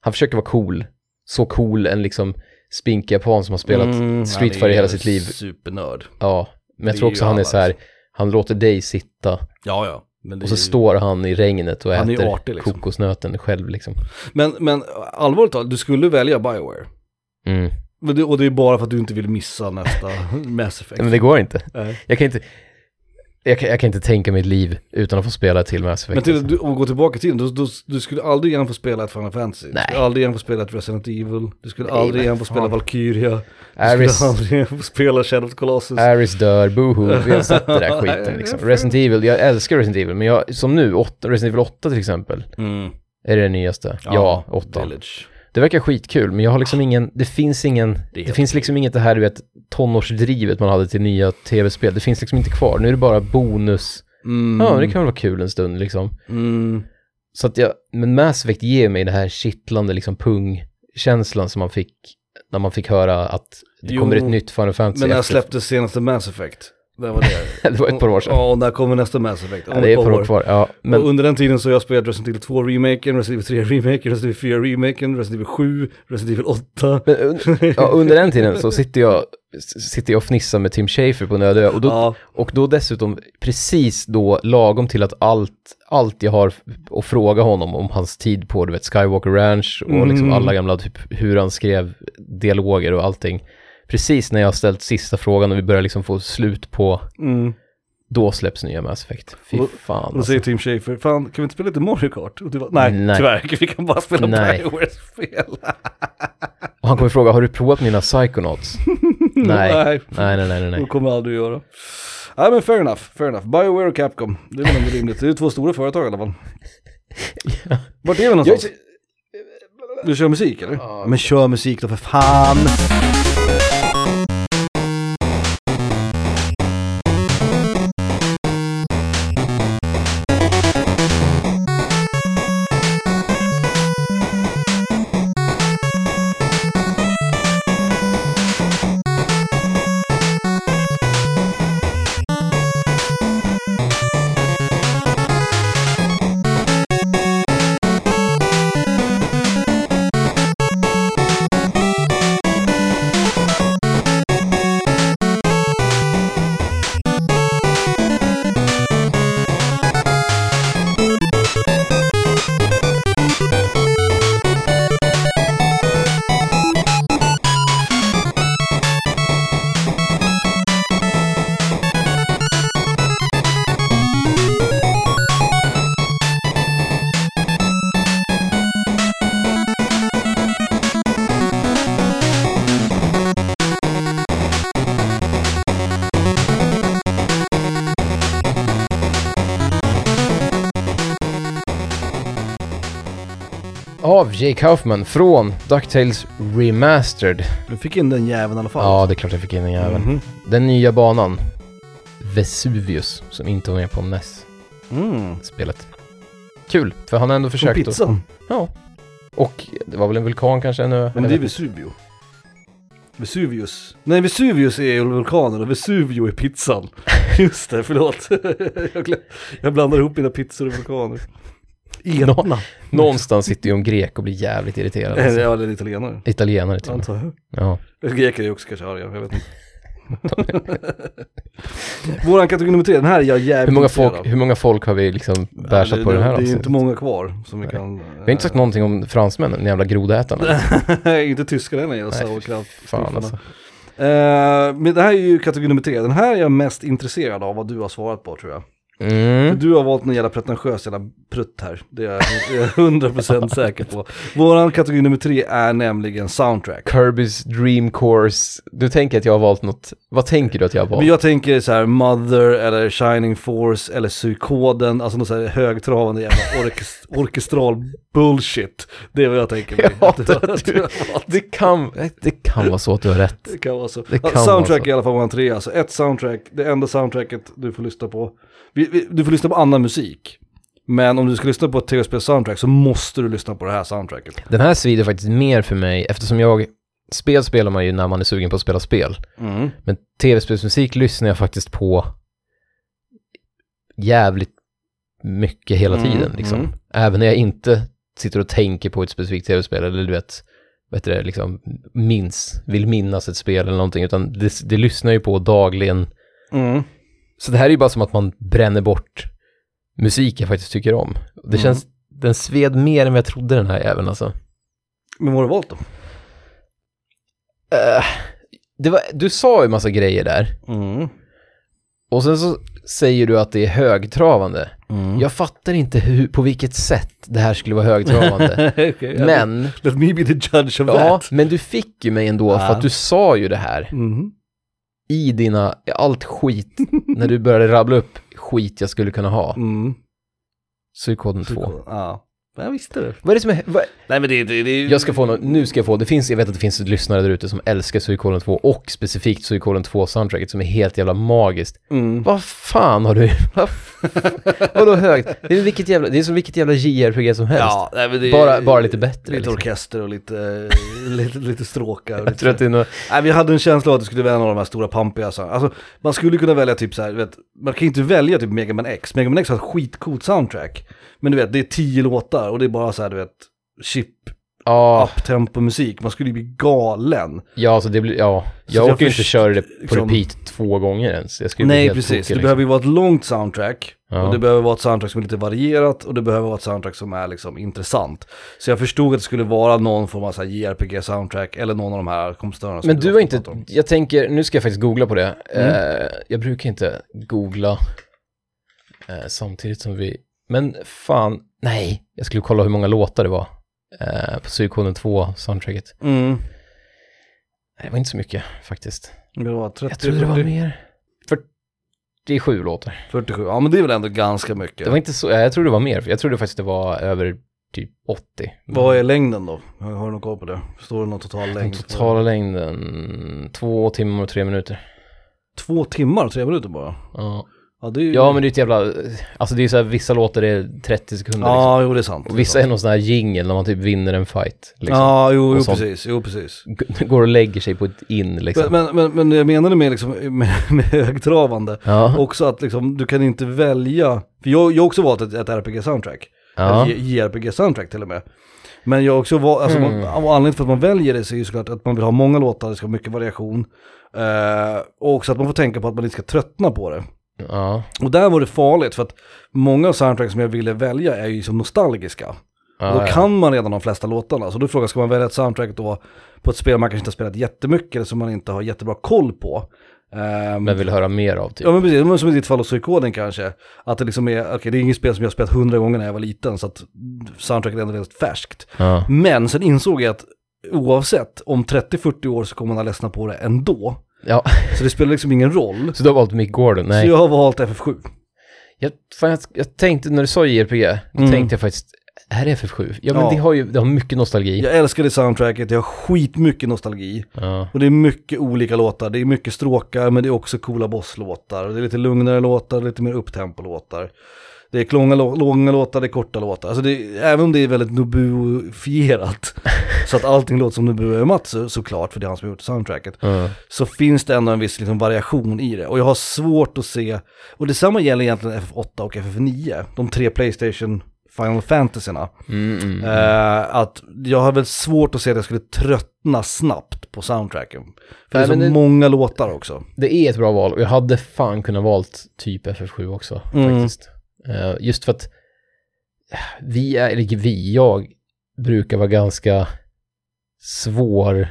S2: han försöker vara cool. Så cool en liksom spinkig japan som har spelat street fighter hela sitt liv.
S1: Supernörd.
S2: Ja, men jag
S1: Mm. Det
S2: tror
S1: är
S2: också
S1: ju
S2: han är
S1: alla,
S2: så här, han låter dig sitta
S1: Ja, ja. Men, det
S2: och så
S1: är ju-
S2: står han i regnet och
S1: Han är ju
S2: äter
S1: artig, liksom.
S2: kokosnöten själv liksom.
S1: men, men allvarligt talat, du skulle välja Bioware.
S2: Mm.
S1: Men det, och det är bara för att du inte vill missa nästa Mass Effect.
S2: Men det går inte.
S1: Nej.
S2: Jag kan inte... jag, kan, jag kan inte tänka mig ett liv utan att få spela till Mass Effect.
S1: Men
S2: alltså.
S1: till, du, om vi går tillbaka till tiden, du, du, du skulle aldrig igen få spela ett Final Fantasy. Du
S2: Nej.
S1: skulle aldrig igen få spela ett Resident Evil. Du skulle
S2: Nej,
S1: aldrig
S2: men
S1: igen få spela
S2: fan.
S1: Valkyria. Du
S2: Aris,
S1: skulle aldrig igen få spela Shadow of the Colossus.
S2: Aris dör, boohoo, vi har sett det där skiten liksom. Resident Evil, jag älskar Resident Evil, men jag, som nu, åtta, Resident Evil 8 till exempel,
S1: Mm.
S2: är det den nyaste. Ja, 8.
S1: Village.
S2: Det verkar skitkul, men jag har liksom ingen, det finns ingen, det,
S1: helt
S2: finns liksom inget det här du vet tonårsdrivet man hade till nya tv-spel. Det finns liksom inte kvar. Nu är det bara bonus.
S1: Mm.
S2: Ja, det kan väl vara kul en stund liksom.
S1: mm.
S2: Så att jag, men Mass Effect ger mig den här kittlande liksom pungkänslan som man fick när man fick höra att det
S1: Jo,
S2: kommer ett nytt Final Fantasy.
S1: Men när
S2: efter-
S1: släpptes senaste Mass Effect? Det var det.
S2: det var ett par år sedan.
S1: Ja, och när kommer nästa Mass Effect? Om
S2: Ja, det är
S1: ett
S2: ett par år kvar. Ja, men
S1: Och under den tiden så har jag spelat Resident Evil 2 remaken, Resident Evil 3 remaken, Resident Evil 4 remaken, Resident Evil 7, Resident Evil 8.
S2: Men un- ja, under den tiden så sitter jag, s- sitter jag och fnissar med Tim Schafer på en öde ö. och, då-
S1: Ja.
S2: och då dessutom precis då lagom till att allt, allt jag har f- att fråga honom om hans tid på du vet, Skywalker Ranch och liksom
S1: Mm.
S2: alla gamla, typ, hur han skrev dialoger och allting. Precis när jag har ställt sista frågan och vi börjar liksom få slut på,
S1: Mm.
S2: då släpps nya Mass Effect. Fy
S1: Och-
S2: fan.
S1: Och då
S2: Alltså.
S1: säger Tim Schafer, fan kan vi inte spela lite Mario Kart? Och du bara, nej,
S2: Nej.
S1: tyvärr, vi kan bara spela
S2: Nej.
S1: Biowares spel.
S2: Och han kommer fråga, har du provat mina Psychonauts? nej.
S1: nej,
S2: Nej, nej, nej, nej,
S1: det
S2: nej.
S1: kommer jag aldrig göra. Nej men fair enough, fair enough. Bioware och Capcom, det är väl ändå rimligt. Det är två stora företag i alla fall. Vart är vi
S2: Alltså,
S1: någonstans? Du kör musik eller?
S2: Ja.
S1: Men kör musik då för fan!
S2: Av Jay Kaufman från DuckTales Remastered.
S1: Du fick in den jäveln i alla fall.
S2: Ja, det är klart jag fick in den jäveln.
S1: Mhm.
S2: Den nya banan. Vesuvius, som inte var med på NES-spelet.
S1: Mm.
S2: Kul, för han har ändå
S1: Som
S2: försökt. att-
S1: pizzan.
S2: Ja. Och det var väl en vulkan kanske ännu?
S1: Men det är Vesuvio. Vesuvius. Nej, Vesuvius är ju vulkanen och Vesuvio är pizzan. Just det, förlåt. Jag, glöm, jag blandar ihop mina pizzor och vulkaner. Ena.
S2: Någonstans sitter ju en grek och blir jävligt irriterad.
S1: Eller
S2: Alltså.
S1: ja, eller italienare.
S2: Italienare tror
S1: Antar jag.
S2: jag.
S1: Greker är ju också kanske arga, jag vet inte. Våran kategori nummer tre, den här är jag
S2: Ja.
S1: jävligt
S2: Hur, många
S1: intresserad
S2: folk,
S1: av.
S2: hur många folk har vi liksom
S1: Ja,
S2: bärsat
S1: det-
S2: på den här
S1: Det är ju
S2: avsnittet?
S1: inte många kvar som vi
S2: Nej.
S1: kan... Vi
S2: Vi har inte sagt någonting om fransmännen, den jävla grodätarna.
S1: eh, inte tyskar heller, jag sa och kraft.
S2: Fan alltså.
S1: Eh, men det här är ju kategori nummer tre. Den här är jag mest intresserad av vad du har svarat på tror jag.
S2: Mm.
S1: Du har valt någon jävla pretentiös jävla prutt här. Det är jag hundra procent säker på. Våran kategori nummer tre är nämligen soundtrack.
S2: Kirby's Dream Course. Du tänker att jag har valt något. Vad tänker du att jag har valt?
S1: Men jag tänker så här Mother eller Shining Force eller Psykoden, alltså någon så här högtravande jävla orkest orkestral bullshit. Det är vad jag tänker mig.
S2: Ja,
S1: Att du har-
S2: det-
S1: att du har valt.
S2: Det kan, det kan vara så att du har rätt.
S1: Det kan vara så.
S2: Det kan
S1: ja, soundtrack
S2: vara så.
S1: är i alla fall våran trea, alltså ett soundtrack, det enda soundtracket du får lyssna på. Vi, vi, du får lyssna på annan musik. Men om du ska lyssna på ett tv-spel-soundtrack så måste du lyssna på det här soundtracket.
S2: Den här svider faktiskt mer för mig eftersom jag, spel spelar man ju när man är sugen på att spela spel.
S1: Mm.
S2: Men tv-spelsmusik lyssnar jag faktiskt på jävligt mycket hela
S1: Mm,
S2: tiden liksom.
S1: mm.
S2: Även när jag inte sitter och tänker på ett specifikt tv-spel eller du vet, vad heter det, liksom minns, vill minnas ett spel eller någonting, utan det, det lyssnar jag ju på dagligen.
S1: Mm.
S2: Så det här är ju bara som att man bränner bort musik jag faktiskt tycker om. Det
S1: Mm.
S2: känns, den sved mer än vad jag trodde den här även alltså.
S1: Men vad har du valt då?
S2: Eh, det var, du sa ju massa grejer där.
S1: Mm.
S2: Och sen så säger du att det är högtravande.
S1: Mm.
S2: Jag fattar inte hur, på vilket sätt det här skulle vara högtravande.
S1: Okej, ja,
S2: men,
S1: Let me be the judge of
S2: ja,
S1: that.
S2: men du fick ju mig ändå för
S1: Ja.
S2: att du sa ju det här
S1: Mm.
S2: i dina, allt skit, när du började rabbla upp skit jag skulle kunna ha.
S1: Mm.
S2: Så är koden två.
S1: Ja, jag visste det.
S2: Vad är det som är, vad,
S1: Nej men det, det, det
S2: jag ska få någon, nu ska jag få, det finns, jag vet att det finns lyssnare där ute som älskar Suikoden 2 och specifikt Suikoden 2 soundtracket som är helt jävla magiskt.
S1: Mm.
S2: Vad fan har du, vad, vadå högt? Det är, ju vilket jävla, det är som vilket jävla JRPG som helst.
S1: Ja, nej, men det,
S2: Bara- bara lite bättre,
S1: Lite
S2: liksom.
S1: orkester och lite, lite, lite stråkar. och
S2: Jag tror
S1: Lite,
S2: att det är något,
S1: nej, vi hade en känsla av att det skulle vara en av de här stora pampiga. så- Alltså, man skulle kunna välja typ så här, du vet, man kan ju inte välja typ Mega Man X. Mega Man X har ett skitcoolt soundtrack. Men du vet, det är tio låtar och det är bara så här, du vet, chip,
S2: ja,
S1: up-tempo musik. Man skulle ju bli galen.
S2: ja, så det blir, ja.
S1: Så jag
S2: Jag orkar ju inte
S1: först-
S2: köra det på
S1: liksom-
S2: repeat två gånger ens. Jag skulle bli
S1: Nej,
S2: helt
S1: precis.
S2: tokig,
S1: det
S2: liksom.
S1: behöver ju vara ett långt soundtrack.
S2: Ja.
S1: Och det behöver vara ett soundtrack som är lite varierat och det behöver vara ett soundtrack som är liksom intressant. Så jag förstod att det skulle vara någon form av så här JRPG-soundtrack eller någon av de här kompositörerna. som
S2: Men du
S1: ofta
S2: var inte,
S1: pratar om.
S2: jag tänker, nu ska jag faktiskt googla på det.
S1: Mm.
S2: Eh, jag brukar inte googla eh, samtidigt som vi, men fan, nej, jag skulle kolla hur många låtar det var eh, på Suikoden 2 soundtracket.
S1: Mm.
S2: Nej, det var inte så mycket faktiskt.
S1: Det var 30,
S2: Jag trodde det var
S1: 40,
S2: mer. 47 låtar.
S1: 47, ja men det är väl ändå ganska mycket.
S2: Det var inte så, eh, jag trodde det var mer, för jag trodde faktiskt det var över typ 80.
S1: Vad är längden då? Har har du någon koll på det? Står det någon total
S2: Den
S1: längd?
S2: totala längden, två timmar och tre minuter.
S1: Två timmar och tre minuter bara?
S2: Ja,
S1: Ja, det är ju...
S2: ja men det är ett jävla, alltså det är så här, vissa låtar är 30 sekunder liksom.
S1: Ja, jo det är sant.
S2: Och vissa
S1: det
S2: är
S1: sant.
S2: någon sån här jingel när man typ vinner en fight. Liksom.
S1: Ja, jo,
S2: och
S1: jo
S2: sånt.
S1: precis, jo precis.
S2: G- Går och lägger sig på ett in liksom.
S1: Men, men, men det jag menade med, liksom, med, med högtravande
S2: ja.
S1: Också att liksom, du kan inte välja, för jag, jag har också valt ett, ett RPG-soundtrack,
S2: ja.
S1: eller JRPG-soundtrack till och med. Men jag har också valt, alltså,
S2: Hmm.
S1: man, och anledningen till att man väljer det så är ju såklart att man vill ha många låtar, det ska vara mycket variation. Eh, och också att man får tänka på att man inte ska tröttna på det.
S2: Ja.
S1: Och där var det farligt för att många soundtrack som jag ville välja är ju som nostalgiska.
S2: Ja,
S1: då
S2: ja.
S1: kan man redan de flesta låtarna. Så då är frågan, ska man välja ett soundtrack då på ett spel man kanske inte har spelat jättemycket eller som man inte har jättebra koll på? Ehm,
S2: Men vill höra mer av typ.
S1: Ja men precis, men som i ditt fall och psykoden kanske. Att det liksom är, okej det är inget spel som jag har spelat hundra gånger när jag var liten så att soundtracket är ändå väldigt färskt.
S2: Ja.
S1: Men sen insåg jag att oavsett, om 30-40 år så kommer man att ledsna på det ändå.
S2: ja.
S1: Så det spelar liksom ingen roll.
S2: Så du har valt Mick Gordon?
S1: Så
S2: Nej.
S1: jag har valt FF7.
S2: Jag, fan, jag, jag tänkte, när du sa JRPG, då
S1: Mm.
S2: tänkte jag faktiskt, är det FF7? Ja men
S1: Ja.
S2: det har ju, det har mycket nostalgi. Ja.
S1: Jag älskar det soundtracket, jag har skitmycket nostalgi. Och det är mycket olika låtar, det är mycket stråkar men det är också coola bosslåtar. Det är lite lugnare låtar, lite mer upptempo-låtar. Det är långa, lå- långa låtar, det är korta låtar. Alltså det, även om det är väldigt Nobuo-fierat, så att allting låter som Nobuo Uematsu såklart, för det är han som har gjort soundtracket,
S2: Ja.
S1: så finns det ändå en viss liksom, variation i det. Och jag har svårt att se, och detsamma gäller egentligen FF8 och FF9, de tre Playstation Final Fantasyna.
S2: Mm, mm.
S1: Eh, att jag har väl svårt att se att jag skulle tröttna snabbt på soundtracken. För det
S2: Nej,
S1: är så
S2: men det-
S1: många låtar också.
S2: Det är ett bra val och jag hade fan kunnat valt typ FF7 också
S1: Mm.
S2: faktiskt. Eh, just för att eh, vi är, eller vi, jag brukar vara ganska svår.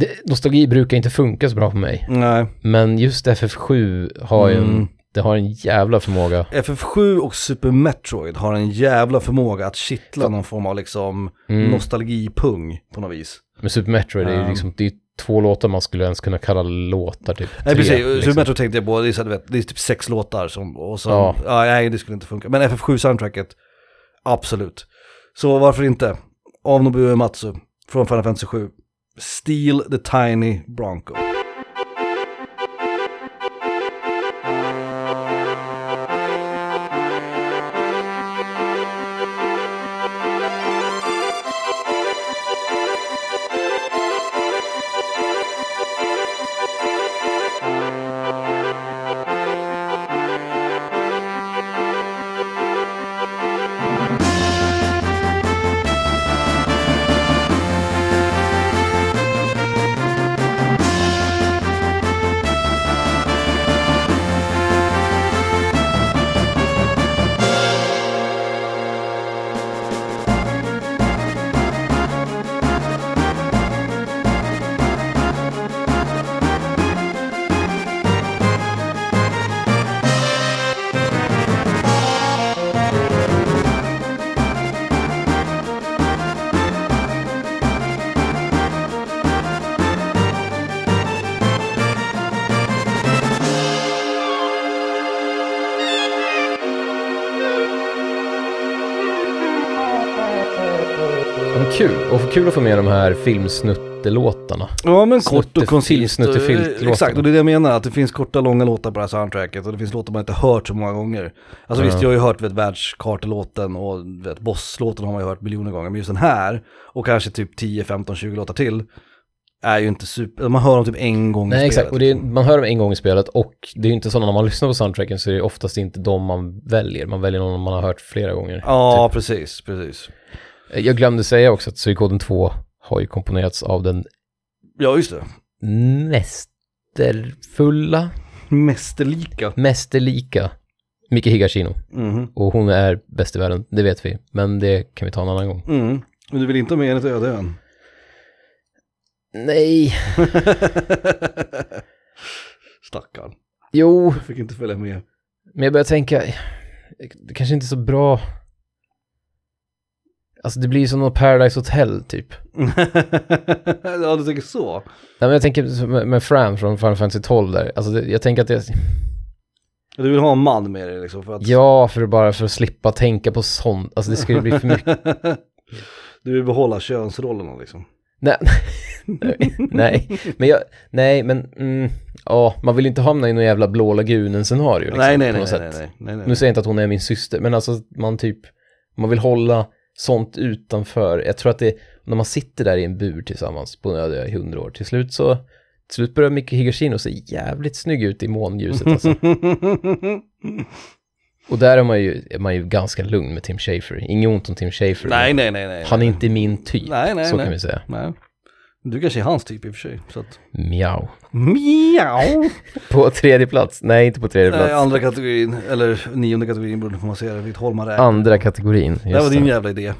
S2: Det, nostalgi brukar inte funka så bra på mig,
S1: Nej.
S2: men just FF7 har ju en,
S1: Mm.
S2: det har en jävla förmåga.
S1: FF7 och Super Metroid har en jävla förmåga att kittla någon form av liksom
S2: Mm.
S1: nostalgipung på något vis.
S2: Men Super Metroid är ju
S1: Ja.
S2: liksom, det är två låtar man skulle ens kunna kalla låtar typ.
S1: Nej
S2: Tre,
S1: precis, Super
S2: liksom.
S1: Metroid tänkte jag på, det är, så här, du vet, det är typ sex låtar som, och så,
S2: Ja.
S1: ja. nej det skulle inte funka. Men FF7-soundtracket, absolut. Så varför inte? Av Nobuo Uematsu från Final Fantasy 7. Steal the Tiny Bronco.
S2: men kul. Och kul att få med de här filmsnuttelåtarna.
S1: Ja men kort och
S2: Snutte-
S1: koncist.
S2: snuttefiltlåtarna.
S1: Eh, Exakt, och det är det jag menar. Att det finns korta långa låtar på det här soundtracket. Och det finns låtar man inte hört så många gånger. Alltså
S2: Ja.
S1: visst, jag har ju hört vet, världskartelåten och vet, bosslåten har man ju hört miljoner gånger. Men just den här, och kanske typ 10, 15, 20 låtar till. Är ju inte super, man hör dem typ en gång
S2: Nej
S1: i
S2: exakt,
S1: spelet. liksom.
S2: och det är, man hör dem en gång i spelet och det är ju inte så när man lyssnar på soundtracken så är det oftast inte de man väljer, man väljer någon man har hört flera gånger.
S1: Ja, precis, precis.
S2: Jag glömde säga också att Suikoden 2 har ju komponerats av den
S1: Ja, just det.
S2: mästerfulla,
S1: Mästerlika.
S2: mästerlika Miki Higashino.
S1: Mhm.
S2: Och hon är bäst i världen, det vet vi. Men det kan vi ta en annan gång.
S1: Mm. Men du vill inte ha med henne till öde ön?
S2: Nej.
S1: Stackarn.
S2: Jo,
S1: Jag fick inte följa med.
S2: men jag börjar tänka, det kanske inte är så bra. Alltså det blir ju som något Paradise Hotel typ.
S1: ja, du tänker så.
S2: Nej men jag tänker som med, med Fram från Final Fantasy 12 där. Alltså det, jag tänker att det,
S1: Du vill ha en man med dig liksom för att...
S2: ja för att bara för att slippa tänka på sånt. Alltså det skulle bli för mycket.
S1: du vill behålla könsrollerna liksom.
S2: Nej, nej, men jag, nej, men, mm, ja, man vill inte hamna i någon jävla blå lagunen scenario liksom,
S1: nej, nej,
S2: på
S1: nej,
S2: något
S1: nej,
S2: sätt.
S1: nej, nej, nej,
S2: Nu
S1: nej.
S2: säger jag inte att hon är min syster, men alltså man typ, man vill hålla sånt utanför. Jag tror att det, när man sitter där i en bur tillsammans på en öde ö i hundra år, till slut så, till slut börjar Micke Higashino se jävligt snygg ut i månljuset alltså. Och där är man ju, är man ju ganska lugn med Tim Schafer. Inget ont om Tim Schafer. men
S1: nej, nej, nej, nej.
S2: Han är inte min typ,
S1: Nej, nej,
S2: så
S1: nej.
S2: kan vi säga.
S1: Nej. Du kanske är hans typ i och för sig. Så att...
S2: Miau.
S1: Miau!
S2: På tredje plats? Nej, inte på tredje plats.
S1: Nej, andra kategorin, eller nionde kategorin beroende på hur man ser det, vilket håll man räknar.
S2: Andra kategorin. Just
S1: det här var din
S2: det.
S1: jävla idé.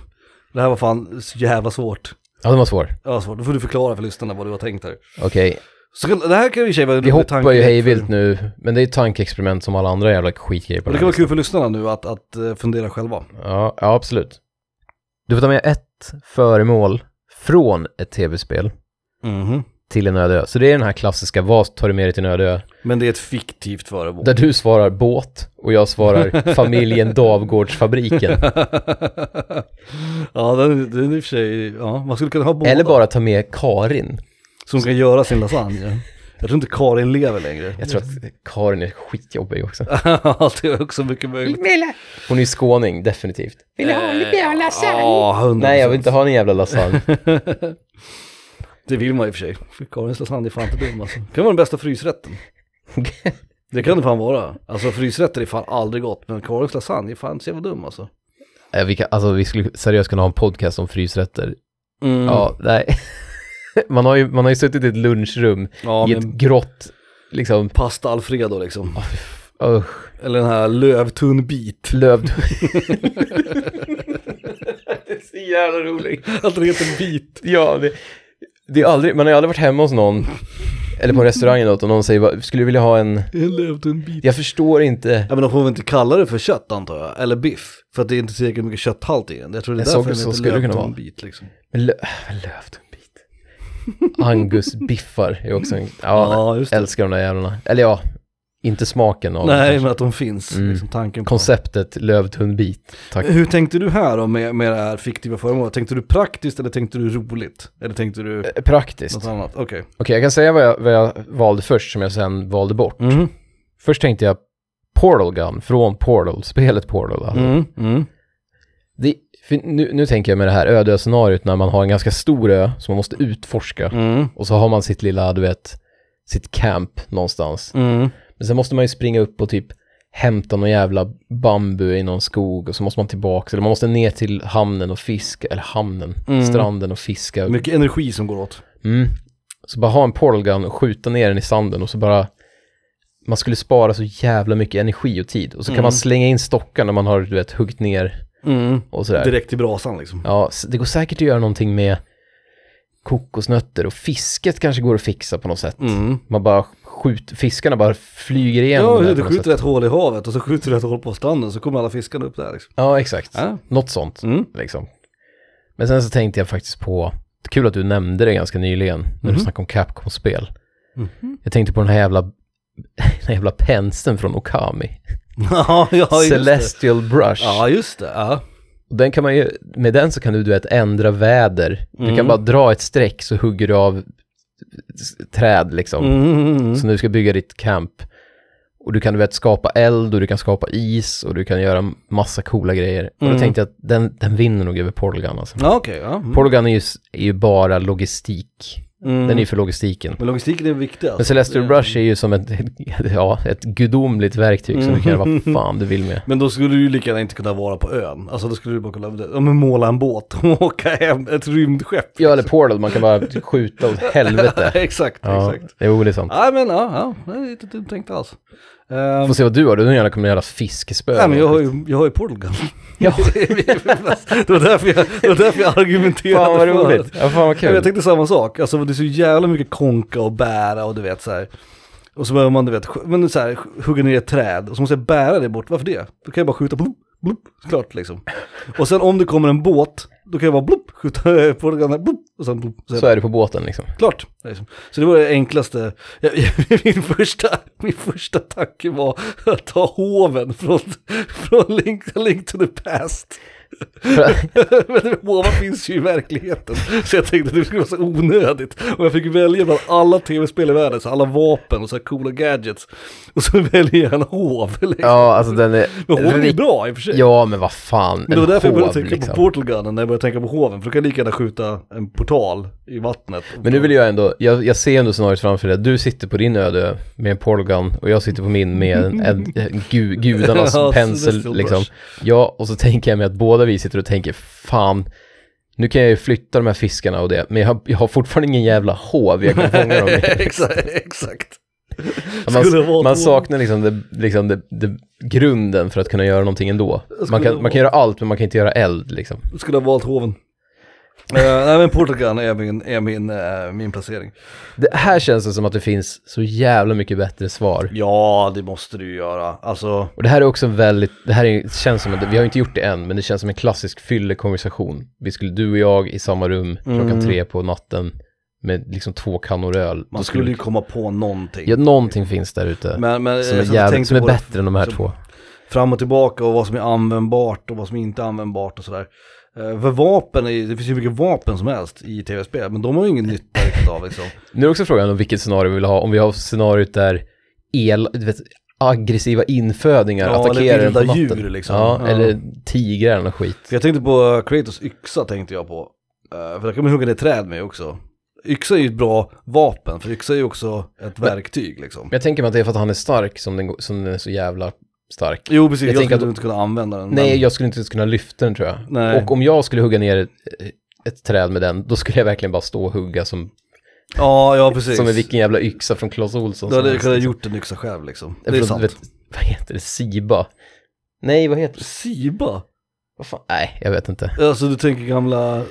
S1: Det här var fan så jävla svårt.
S2: Ja, den var svår.
S1: Ja, svårt. Då får du förklara för lyssnarna vad du har tänkt där.
S2: Okej,
S1: Så det här kan ju i och för sig vara en
S2: vi
S1: rolig
S2: hoppar ju
S1: tanke
S2: hejvilt
S1: för-
S2: nu, men det är ett tankeexperiment som alla andra jävla skitgrejer på
S1: Men det
S2: den
S1: kan
S2: här liksom.
S1: vara kul för lyssnarna nu att, att eh, fundera själva.
S2: listan. ja, ja, absolut. Du får ta med ett föremål från ett tv-spel till en öde ö. Så det är den här klassiska, vad tar du med dig till en öde ö?
S1: Men det är ett fiktivt föremål.
S2: Där du svarar båt och jag svarar familjen Davgårdsfabriken.
S1: ja, den, den är i och för sig, ja, man skulle kunna ha båda.
S2: Eller bara ta med Karin.
S1: Som kan göra sin lasagne. Jag tror inte Karin lever längre.
S2: Jag tror att Karin är skitjobbig också.
S1: det är också mycket möjligt.
S2: Hon är ju skåning, definitivt.
S3: Vill du ha lite jävla lasagne?
S1: Ja, hundra
S2: Nej, jag vill inte ha någon jävla lasagne.
S1: Det vill man i och för sig. Fy, Karins lasagne är fan inte dum alltså. Det kan vara den bästa frysrätten. Det kan det fan vara. Alltså frysrätter är fan aldrig gott, men Karins lasagne är fan inte så jävla dum alltså.
S2: Eh, Vi, kan, alltså, vi skulle seriöst kunna ha en podcast om frysrätter.
S1: Mm.
S2: Ja, nej. Man har, ju, man har ju suttit i ett lunchrum
S1: ja
S2: i ett
S1: men
S2: grått, liksom,
S1: pasta alfredo liksom.
S2: usch,
S1: Eller den här lövtunn bit.
S2: löv... det är så jävla roligt.
S1: Att det heter bit.
S2: Ja, det, det är aldrig, man har ju aldrig varit hemma hos någon, eller på en restaurang eller något, och någon säger, "Vad- skulle du vilja ha en...
S1: En lövtunn bit.
S2: Jag förstår inte.
S1: Ja men de får väl inte kalla det för kött antar jag, eller biff. För att det är inte tillräckligt mycket kötthalt i den. Jag tror det är
S2: Jag
S1: därför
S2: såg
S1: den
S2: det, så
S1: heter
S2: skulle det kunna
S1: lövtunn
S2: vara.
S1: bit liksom.
S2: Men lö- Lövtunnbit. Angusbiffar är också en... Ja,
S1: Ja, just det.
S2: älskar de där jävlarna. Eller ja, inte smaken av
S1: Nej
S2: kanske.
S1: men att de finns,
S2: Mm.
S1: liksom tanken på.
S2: Konceptet lövtunnbit. Tack.
S1: Hur tänkte du här då med, med det här fiktiva föremålet? Tänkte du praktiskt eller tänkte du roligt? Eller tänkte du
S2: Eh, Praktiskt.
S1: något
S2: Okej,
S1: annat? Okej.
S2: jag kan säga vad jag, vad jag valde först som jag sen valde bort.
S1: Mm.
S2: Först tänkte jag Portal Gun från Portal, spelet Portal. Alltså.
S1: Mm. Mm.
S2: Det, för nu, nu tänker jag med det här öde-scenariot när man har en ganska stor ö som man måste utforska.
S1: Mm.
S2: Och så har man sitt lilla, du vet, sitt camp någonstans.
S1: Mm.
S2: Men sen måste man ju springa upp och typ hämta någon jävla bambu i någon skog och så måste man tillbaka, eller man måste ner till hamnen och fiska, eller hamnen,
S1: Mm.
S2: stranden och fiska.
S1: Mycket energi som går åt.
S2: Mm. Så bara ha en portal gun och skjuta ner den i sanden och så bara... Man skulle spara så jävla mycket energi och tid. Och så kan
S1: Mm.
S2: man slänga in stockar när man har, du vet, huggit ner
S1: Mm.
S2: och sådär.
S1: Direkt i brasan liksom.
S2: Ja, s- det går säkert att göra någonting med kokosnötter och fisket kanske går att fixa på något sätt.
S1: Mm.
S2: Man bara skjuter, fiskarna bara flyger igenom.
S1: Ja,
S2: det där
S1: du
S2: på något
S1: skjuter
S2: sätt.
S1: ett hål i havet och så skjuter du ett hål på stranden så kommer alla fiskarna upp där liksom.
S2: Ja, exakt.
S1: Ja.
S2: Något sånt,
S1: Mm.
S2: liksom. Men sen så tänkte jag faktiskt på, kul att du nämnde det ganska nyligen, när du
S1: Mhm.
S2: snackade om Capcom-spel.
S1: Mhm.
S2: Jag tänkte på den här jävla, den här jävla penseln från Okami.
S1: ja, ja, just det.
S2: Celestial Brush.
S1: Ja, just det. Ja.
S2: Och Den kan man ju, med den så kan du, du vet, ändra väder. Du
S1: Mm.
S2: kan bara dra ett streck så hugger du av s- träd liksom.
S1: Mm.
S2: Så nu ska bygga ditt camp. Och du kan du vet skapa eld och du kan skapa is och du kan göra massa coola grejer. Och
S1: Mm.
S2: då tänkte jag att den, den vinner nog över Portalgun alltså.
S1: Ja, okej. ja. Mm.
S2: Portalgun är ju, s- är ju bara logistik.
S1: Mm.
S2: Den är ju för logistiken.
S1: Men logistiken är viktig
S2: Men
S1: alltså.
S2: Celestial
S1: Det-
S2: Brush är ju som ett, ja, ett gudomligt verktyg som du kan göra
S1: Mm.
S2: vad fan du vill med.
S1: Men då skulle du ju lika gärna inte kunna vara på ön. Alltså då skulle du bara kunna ja, men måla en båt och åka hem ett rymdskepp.
S2: Ja, eller Portal, man kan bara skjuta åt helvete.
S1: exakt,
S2: Ja,
S1: exakt.
S2: jo, det är sant.
S1: Nej men ja, ja, det är inte dumt tänkt alls. Ehm,
S2: Får se vad du har, du kommer jävla, jävla fiskespö.
S1: nej men jag har ju, jag har ju Portugal.
S2: Ja.
S1: det, var därför jag, det var därför jag argumenterade
S2: Fan vad
S1: för det.
S2: roligt. Ja, fan vad
S1: Ja, men jag
S2: kul.
S1: tänkte samma sak, alltså det är så jävla mycket konka och bära och du vet så här. Och så behöver man du vet, sk- men så här, hugga ner ett träd och så måste jag bära det bort, varför det? Då kan jag bara skjuta blopp, blopp, klart liksom. Och sen om det kommer en båt, då kan jag bara blopp, skjuta på den andra, blopp, och sen blopp, så,
S2: Så
S1: så
S2: är det på båten liksom.
S1: klart. Liksom. Så det var det enklaste, jag, min, första, min första tanke var att ta hoven från, från Link, Link to the Past. Men Hova finns ju i verkligheten. Så jag tänkte att det skulle vara så onödigt. Och jag fick välja bland alla tv-spel i världen, så alla vapen och så här coola gadgets. Och så väljer jag en hov. Liksom.
S2: Ja, alltså den är...
S1: Men hoven är ju bra i och för sig.
S2: Ja, men vad fan.
S1: Men det var
S2: en liksom.
S1: därför jag började
S2: hov,
S1: tänka på portalgunnen när jag började tänka på hoven. För du kan lika gärna skjuta en portal i vattnet.
S2: Men nu vill jag ändå, jag, jag ser ändå scenariot framför dig. Du sitter på din öde ö med en portalgun och jag sitter på min med en, en, en gu, gudarnas
S1: Ja,
S2: pensel
S1: Celestial
S2: liksom.
S1: Brush.
S2: Ja, och så tänker jag mig att båda vi sitter och tänker fan, nu kan jag ju flytta de här fiskarna och det, men jag har, jag har fortfarande ingen jävla hov jag kan fånga dem med.
S1: exakt, exakt. Skulle det vara
S2: Man, man
S1: ett
S2: saknar liksom, det, liksom det, det, grunden för att kunna göra någonting ändå. Man
S1: Skulle det
S2: kan, man kan göra allt, men man kan inte göra eld liksom.
S1: Jag skulle ha valt hoven. Eh, nej men portalgun är min, är min, eh, min placering.
S2: Det här känns det som att det finns så jävla mycket bättre svar.
S1: Ja, det måste du ju göra. Alltså,
S2: Och det här är också en väldigt, det här är, det känns som, en- vi har inte gjort det än, men det känns som en klassisk fyllekonversation. Vi skulle, du och jag, i samma rum klockan tre på natten med liksom två kannor öl. Då
S1: Mm. man skulle ju komma på någonting.
S2: ja, någonting finns där ute
S1: Men, men, eh,
S2: som
S1: jag
S2: är,
S1: satt och
S2: jävligt,
S1: tänkte
S2: som är
S1: på det
S2: bättre än de här
S1: som-
S2: två.
S1: Fram och tillbaka och vad som är användbart och vad som inte är användbart och sådär. Eh, För vapen, är, ju- det finns ju mycket vapen som helst i tv-spel, men de har ju ingen nytta riktigt av liksom.
S2: Nu är också frågan om vilket scenario vi vill ha, om vi har scenariot där el, du vet, aggressiva infödingar
S1: Ja, eller
S2: attackerar en på
S1: vilda
S2: natten.
S1: djur, liksom.
S2: Ja,
S1: Ja.
S2: eller tigrar eller skit.
S1: För jag tänkte på eh, Kratos yxa tänkte jag på. Eh, För där kan man hugga ner träd med också. Yxa är ju ett bra vapen, för yxa är ju också ett verktyg liksom.
S2: Men jag tänker mig att det är för att han är stark som den, går- som den är så jävla stark.
S1: Jo precis, jag,
S2: tänker
S1: skulle
S2: att-
S1: inte kunna använda den.
S2: Nej,
S1: men-
S2: jag skulle inte ens kunna lyfta den tror jag.
S1: Nej.
S2: Och om jag skulle hugga ner ett, ett träd med den, då skulle jag verkligen bara stå och hugga som,
S1: Ja, ja precis.
S2: som en vilken jävla yxa från Clas Ohlson.
S1: Då
S2: som
S1: hade jag
S2: helst,
S1: kunnat
S2: liksom.
S1: gjort en yxa själv liksom. Det
S2: Eh,
S1: är
S2: förlåt,
S1: sant.
S2: Vet, vad heter det? Siba? Nej, vad heter det?
S1: Siba?
S2: Vad fan? Nej, jag vet inte.
S1: Alltså du tänker gamla,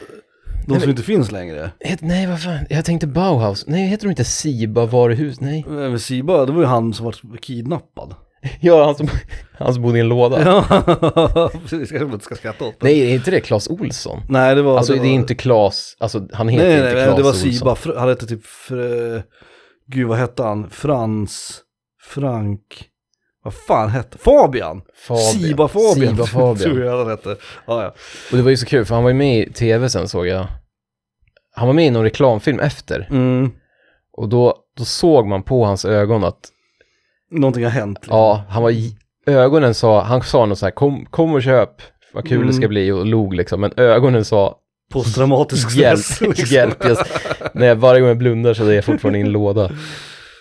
S1: de som inte finns längre.
S2: Het, nej, vad fan? Jag tänkte Bauhaus. Nej, heter de inte Siba varuhus? Nej.
S1: Nej, Men Siba, det var ju han som var kidnappad.
S2: Ja, han som, han som bodde i en låda.
S1: Ja, precis. Jag kanske inte ska skratta åt. men-
S2: Nej, är inte det Clas Olsson?
S1: nej, det var...
S2: alltså, det,
S1: var,
S2: är inte Clas, alltså han heter
S1: Nej,
S2: inte
S1: nej,
S2: Clas
S1: nej, det var
S2: Ohlson.
S1: Siba. Fr- Han hette typ, fr- gud vad hette han? Frans, Frank, vad fan hette Fabian!
S2: Fabian.
S1: Siba Fabian,
S2: Siba Fabian.
S1: tror jag han hette. Ja, ja.
S2: Och det var ju så kul, för han var ju med i tv sen såg jag. Han var med i någon reklamfilm efter.
S1: Mm,
S2: Och då, då såg man på hans ögon att,
S1: någonting har hänt.
S2: ja, han var i, ögonen sa, han sa något så här, kom, kom och köp, vad kul det ska
S1: Mm.
S2: bli och log liksom. Men ögonen sa,
S1: Posttraumatisk stress.
S2: hjälp,
S1: liksom.
S2: hjälp. Jag, nej, varje gång jag blundar så är jag fortfarande i en låda.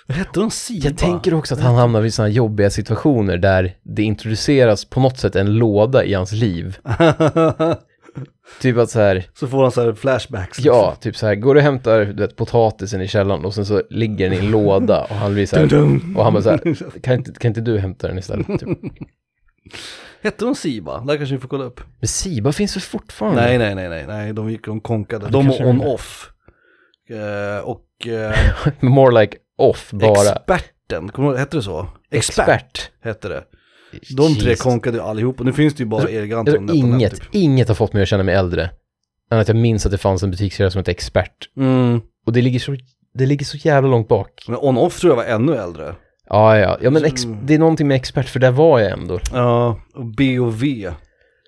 S1: Hette de Siba?
S2: Jag tänker också att han hamnar i sådana jobbiga situationer där det introduceras på något sätt en låda i hans liv. Typ att så här,
S1: Så får han så här flashbacks. liksom.
S2: Ja, typ så här, går du och hämtar du vet, potatisen i källaren och sen så ligger den i en låda och han blir så
S1: Dum,
S2: här,
S1: dum.
S2: och han bara så här, kan inte, kan inte du hämta den istället? Typ.
S1: Hette de Siba? Där kanske vi får kolla upp.
S2: Men Siba finns väl fortfarande?
S1: Nej, nej, nej, nej, nej, de gick, de konkade.
S2: Ja, det
S1: De
S2: kanske
S1: var
S2: är det.
S1: on-off. Eh, och eh,
S2: More like off, bara.
S1: experten, kommer du ihåg- hette det så? Expert, hette det. De tre
S2: Jesus.
S1: konkade ju allihopa, nu finns det ju bara
S2: Alltså,
S1: Erik
S2: Jag
S1: Anton.
S2: tror
S1: Net och Net,
S2: inget,
S1: typ.
S2: inget har fått mig att känna mig äldre. Än att jag minns att det fanns en butikskedja som hette Expert.
S1: Mm.
S2: Och det ligger så, det ligger så jävla långt bak.
S1: Men on-off tror jag var ännu äldre.
S2: Ja, ja. ja men ex,
S1: Mm.
S2: det är någonting med Expert, för där var jag ändå.
S1: Ja, och B och V.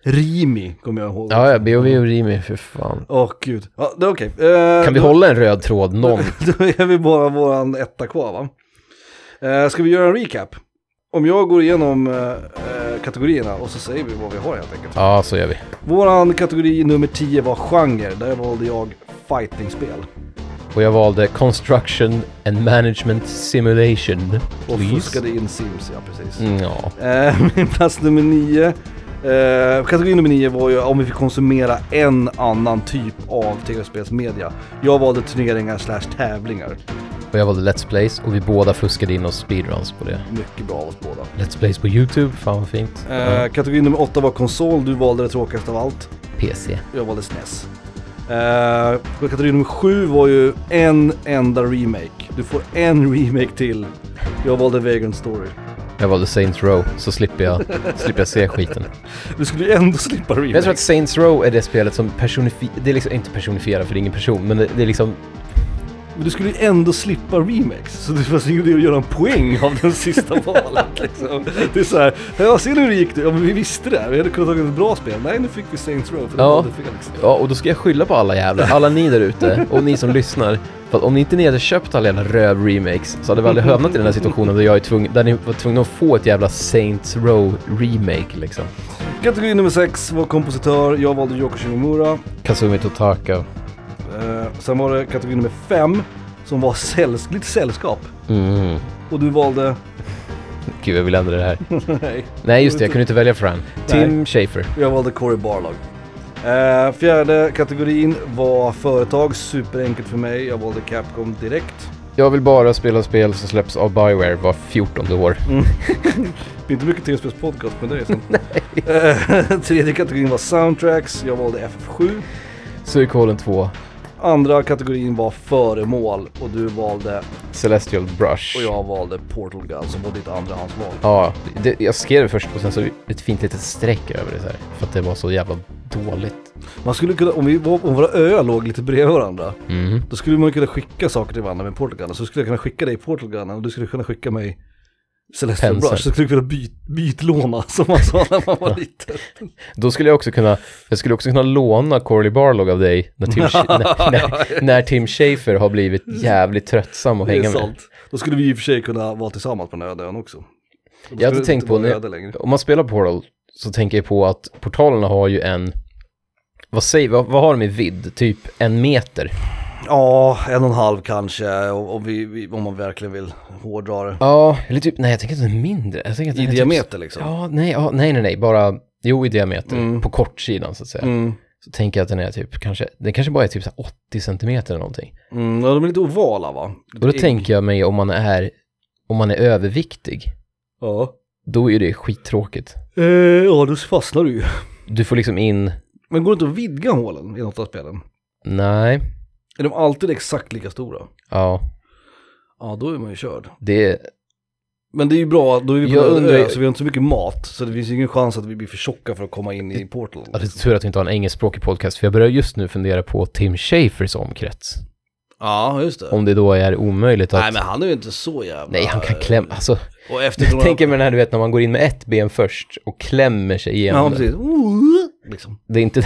S1: Rimi kommer jag ihåg.
S2: Ja, ja, BOV och Rimi, för fan.
S1: Åh gud. Ja, det är okej. Eh,
S2: Kan vi
S1: då-
S2: hålla en röd tråd någon?
S1: Då är vi bara våran etta kvar va? Eh, ska vi göra en recap? Om jag går igenom eh, eh, kategorierna och så säger vi vad vi har helt enkelt.
S2: Ja, så gör vi.
S1: Våran kategori nummer 10 var genre. Där valde jag fightingspel.
S2: Och jag valde Construction and Management Simulation.
S1: Och
S2: Please.
S1: fuskade in Sims, ja precis.
S2: Mm, Ja.
S1: Eh, min plats nummer 9. Eh, kategori nummer 9 var ju om vi fick konsumera en annan typ av tv-spelsmedia. Jag valde turneringar slash tävlingar.
S2: Och jag valde Let's Plays och vi båda fuskade in oss speedruns på det.
S1: Mycket bra av oss båda.
S2: Let's Plays på YouTube, fan vad fint.
S1: Eh, kategori nummer 8 var konsol. Du valde det tråkigaste av allt.
S2: PC.
S1: Jag valde SNES. Eh, kategori nummer sju var ju en enda remake. Du får en remake till. Jag valde Vagrant Story.
S2: Jag valde Saints Row, så slipper jag, slipper jag se skiten. Men
S1: Du skulle ju ändå slippa remake.
S2: jag tror att Saints Row är det spelet som personifierar, det är liksom inte personifierar för det är ingen person, men det, det är liksom,
S1: Men du skulle ju ändå slippa remakes. Så det fanns ingen idé att göra en poäng av den sista valet liksom. Det är såhär, ja ser du hur det gick? Ja men vi visste det. Vi hade kunnat tagit ett bra spel. Nej nu fick vi Saints Row för det
S2: Ja.
S1: valde Felix.
S2: ja och då ska jag skylla på alla jävlar, alla ni där ute och ni som lyssnar. För att om ni inte ni hade köpt alla jävla röv-remakes så hade vi aldrig hamnat i den här situationen där jag är tvungen, där ni var tvungna att få ett jävla Saints Row-remake liksom.
S1: Kategori nummer sex var kompositör. Jag valde Yoko Shimomura.
S2: Kazumi Totaka.
S1: Eh, sen var det kategori nummer fem som var sälls- lite sällskap.
S2: Mm.
S1: Och du valde...
S2: Gud, jag vill ändra det här.
S1: Nej.
S2: Nej, just det, jag kunde inte välja Fran. Tim Schafer.
S1: Jag valde Corey Barlog. Eh, fjärde kategorin var företag, superenkelt för mig. Jag valde Capcom direkt.
S2: Jag vill bara spela spel som släpps av Bioware var 14 år.
S1: Det är inte mycket tv podcast med dig sen. Eh, tredje kategorin var soundtracks. Jag valde FF7.
S2: Suikoden 2,
S1: Andra kategorin var föremål och du valde
S2: Celestial Brush.
S1: och jag valde Portal Gun som var ditt andrahandsval.
S2: Ja, det, jag skrev det först och sen så ett fint litet streck över det så här. För att det var så jävla dåligt.
S1: Man skulle kunna, om, vi, var- om våra öar låg lite bredvid varandra,
S2: Mm.
S1: Då skulle man kunna skicka saker till varandra med portalgunnen. Så skulle jag kunna skicka dig portalgunnen och du skulle kunna skicka mig Celestial
S2: Pensel.
S1: Brush. Så skulle vi kunna byt, bytlåna som man sa när man var liten.
S2: Då skulle jag också kunna, jag skulle också kunna låna Corley Barlog av dig när Tim, när, när, när Tim Schafer har blivit jävligt tröttsam att
S1: Det är
S2: hänga med.
S1: sant. Då skulle vi i och för sig kunna vara tillsammans på den här öde ön också. Då skulle
S2: Jag hade
S1: det
S2: tänkt
S1: inte
S2: på
S1: vara
S2: när-
S1: öde längre.
S2: om man spelar Portal så tänker jag på att portalerna har ju en, vad säger, vad, vad har de i vidd? Typ en meter?
S1: Ja, en och en halv kanske om, om, vi- vi, om man verkligen vill hårdra det.
S2: Ja, eller typ, nej jag tänker att den är mindre. Jag tänker att
S1: I
S2: den är
S1: diameter
S2: Typ,
S1: liksom.
S2: ja, nej, ja, nej, nej, nej, bara, jo i diameter,
S1: Mm.
S2: på kortsidan så att säga.
S1: Mm.
S2: Så tänker jag att den är typ, kanske, den kanske bara är typ så här 80 centimeter eller någonting.
S1: Mm, ja, de är lite ovala va?
S2: Och då tänker jag mig om man är, om man är överviktig,
S1: Ja.
S2: då är ju det skittråkigt.
S1: Eh, ja, då fastnar du ju.
S2: Du får liksom in,
S1: Men går det inte att vidga hålen i något av spelen?
S2: nej,
S1: Är de alltid exakt lika stora?
S2: ja,
S1: Ja, då är man ju körd.
S2: det,
S1: Men det är ju bra, då är vi på
S2: Jag
S1: en
S2: undrar-
S1: ö, så vi har inte så mycket mat. Så det finns ju ingen chans att vi blir för tjocka för att komma in i portalen.
S2: Ja, det är tur att vi inte har en engelskspråkig podcast, för jag börjar just nu fundera på Tim Schafers omkrets.
S1: Ja, just det.
S2: Om det då är omöjligt att...
S1: Nej, men han är ju inte så jävla...
S2: Nej, han kan klämma, alltså.
S1: Och efter...
S2: Tänk er med den här du vet när man går in med ett ben först och klämmer sig
S1: Ja,
S2: igenom. det.
S1: precis. Ooh, Liksom.
S2: det är inte...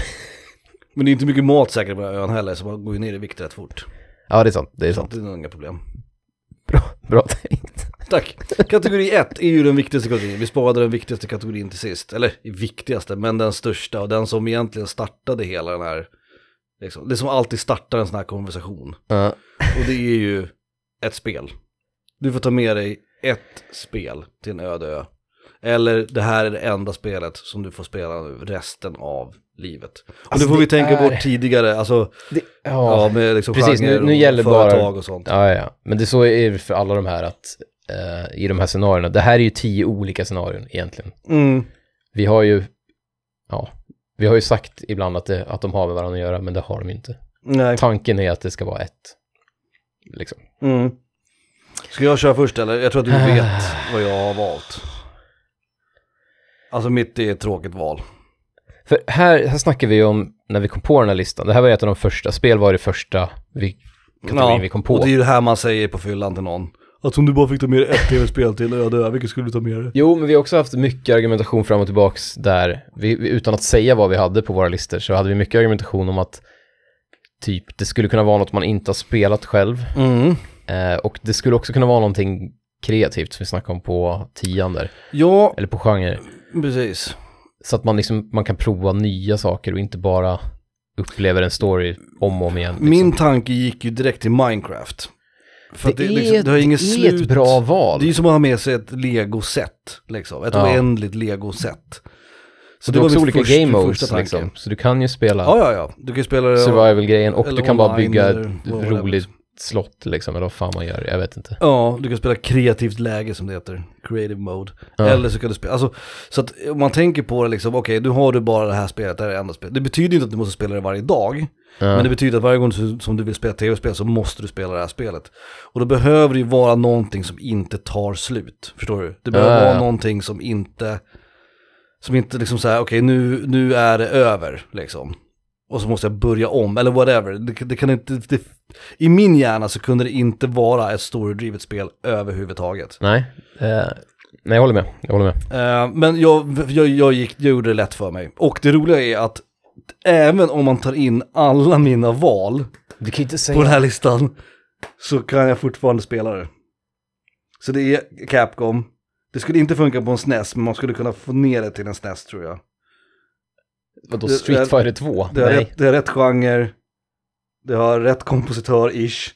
S1: Men det är inte mycket mat säkert på den här ön heller, så man går ju ner i vikt rätt fort.
S2: Ja, det är sant. Det är
S1: Så
S2: sant.
S1: det är inga problem.
S2: Bra, bra tänkt.
S1: Tack. Kategori 1 är ju den viktigaste kategorin. Vi sparade den viktigaste kategorin till sist. Eller viktigaste, men den största och den som egentligen startade hela den här... Liksom, det som alltid startar en sån här konversation.
S2: Ja.
S1: Och det är ju ett spel. Du får ta med dig ett spel till en öde ö. Eller det här är det enda spelet som du får spela nu resten av livet. Och
S2: Alltså,
S1: det får vi
S2: det
S1: tänka
S2: är-
S1: på tidigare, alltså
S2: Det,
S1: ja,
S2: ja.
S1: med liksom
S2: precis.
S1: genre
S2: Nu- nu
S1: och
S2: gäller bara-
S1: företag och sånt.
S2: ja, ja. Men det är så är det för alla de här att, eh, i de här scenarierna. Det här är ju tio olika scenarion egentligen.
S1: Mm.
S2: Vi har ju, ja, vi har ju sagt ibland att, det, att de har med varandra att göra, men det har de ju inte.
S1: Nej.
S2: Tanken är att det ska vara ett. Liksom.
S1: Mm. Ska jag köra först eller? Jag tror att
S2: Ah.
S1: du vet vad jag har valt. Alltså mitt är ett tråkigt val.
S2: För här, här snackar vi ju om när vi kom på den här listan. Det här var ju ett av de första, spel var det första vi, kategorin vi kom på.
S1: Och det är ju det här man säger på fyllan till någon. Att om du bara fick ta med dig ett tv-spel till öde ö, vilket skulle du ta med dig?
S2: Jo, men vi har också haft mycket argumentation fram och tillbaks där, vi, vi- utan att säga vad vi hade på våra listor, så hade vi mycket argumentation om att typ det skulle kunna vara något man inte har spelat själv.
S1: Mm.
S2: Eh, och det skulle också kunna vara någonting kreativt som vi snackade om på tian där,
S1: Ja,
S2: eller på genre.
S1: precis.
S2: Så att man liksom, man kan prova nya saker och inte bara upplever en story om och om igen. Liksom.
S1: Min tanke gick ju direkt till Minecraft. För att det, liksom, det har inget
S2: det
S1: slut.
S2: är ett bra val.
S1: Det är ju som att ha med sig ett legoset, liksom. Ett
S2: Ja.
S1: oändligt legoset. Så
S2: Och det är också
S1: mitt
S2: olika
S1: först-
S2: game
S1: första
S2: modes
S1: tanke.
S2: liksom. Så du kan ju spela
S1: Ja, ja, ja. Du kan ju spela det.
S2: survival-grejen och
S1: eller
S2: du kan bara
S1: online
S2: bygga
S1: eller
S2: ett
S1: whatever,
S2: roligt
S1: liksom.
S2: slott liksom, eller vad fan man gör, jag vet inte.
S1: Ja, du kan spela kreativt läge som det heter. Creative mode.
S2: Ja.
S1: Eller så kan du spela, alltså, så att om man tänker på det liksom, okej, nu har du bara det här spelet, det här är det enda spelet. Det betyder inte att du måste spela det varje dag.
S2: Ja.
S1: Men det betyder att varje gång som- som du vill spela tv-spel så måste du spela det här spelet. Och då behöver det ju vara någonting som inte tar slut. Förstår du? Det behöver
S2: Ja, ja,
S1: vara
S2: ja.
S1: någonting som inte, som inte liksom så här, okej nu, nu är det över liksom. Och så måste jag börja om, eller whatever. Det, det kan inte, det, I min hjärna så kunde det inte vara ett storydrivet spel överhuvudtaget.
S2: Nej, eh, nej jag håller med, jag håller med.
S1: Eh, men jag, jag, jag, gick, jag gjorde det lätt för mig. Och det roliga är att även om man tar in alla mina val
S2: Du kan inte
S1: på den
S2: säga...
S1: här listan så kan jag fortfarande spela det. Så det är Capcom. Det skulle inte funka på en SNES, men man skulle kunna få ner det till en SNES tror jag.
S2: Vadå,
S1: det-
S2: Street Fighter 2?
S1: Det har,
S2: Nej.
S1: rätt, det har rätt genre, det har rätt kompositör-ish.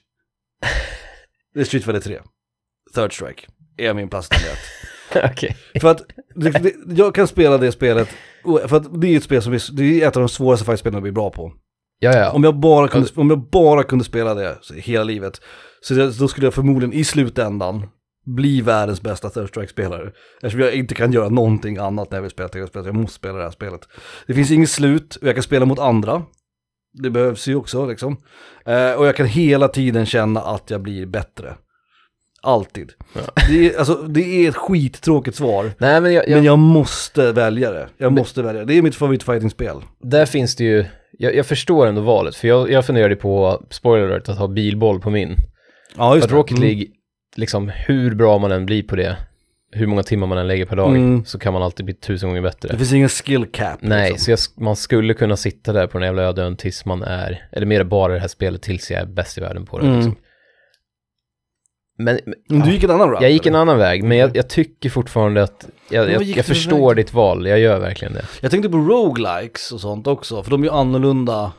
S1: Det är Street Fighter 3. Third Strike är min plastkandidat.
S2: Okej.
S1: för att det, det, jag kan spela det spelet, och- för att det är ett spel som är, det är ett av de svåraste fightspelen att bli bra på.
S2: Ja, ja.
S1: Om jag bara kunde, om jag bara kunde spela det hela livet, så det, då skulle jag förmodligen i slutändan bli världens bästa Third Strike-spelare. Eftersom jag inte kan göra någonting annat när jag vill spela tv-spel, så jag måste spela det här spelet. Det finns inget slut, och jag kan spela mot andra. Det behövs ju också liksom. Eh, och jag kan hela tiden känna att jag blir bättre. Alltid. Det, är, alltså, det är ett skittråkigt svar,
S2: Nej, men, jag, jag,
S1: men jag måste välja det. Jag måste välja det. Det är mitt favoritfighting-spel.
S2: där finns det ju... Jag, jag förstår ändå valet, för jag, jag funderade på, spoiler alert, att ha bilboll på min.
S1: Ja, Mm.
S2: För att Rocket League, liksom hur bra man än blir på det, hur många timmar man än lägger per dag,
S1: Mm.
S2: så kan man alltid bli tusen gånger
S1: Det
S2: bättre.
S1: finns ingen skill cap.
S2: Nej,
S1: liksom.
S2: så jag, sk- man skulle kunna sitta där på den jävla ödön tills man är, eller mer bara det här spelet tills jag är bäst i världen på det.
S1: Mm.
S2: Liksom. Men men-
S1: Men Du gick en annan route?
S2: jag gick en
S1: eller?
S2: annan väg, men jag, jag tycker fortfarande att, jag,
S1: vad
S2: jag,
S1: gick
S2: jag
S1: du för
S2: förstår
S1: väg?
S2: ditt val, jag gör verkligen det.
S1: jag tänkte på roguelikes och sånt också, för de är ju annorlunda.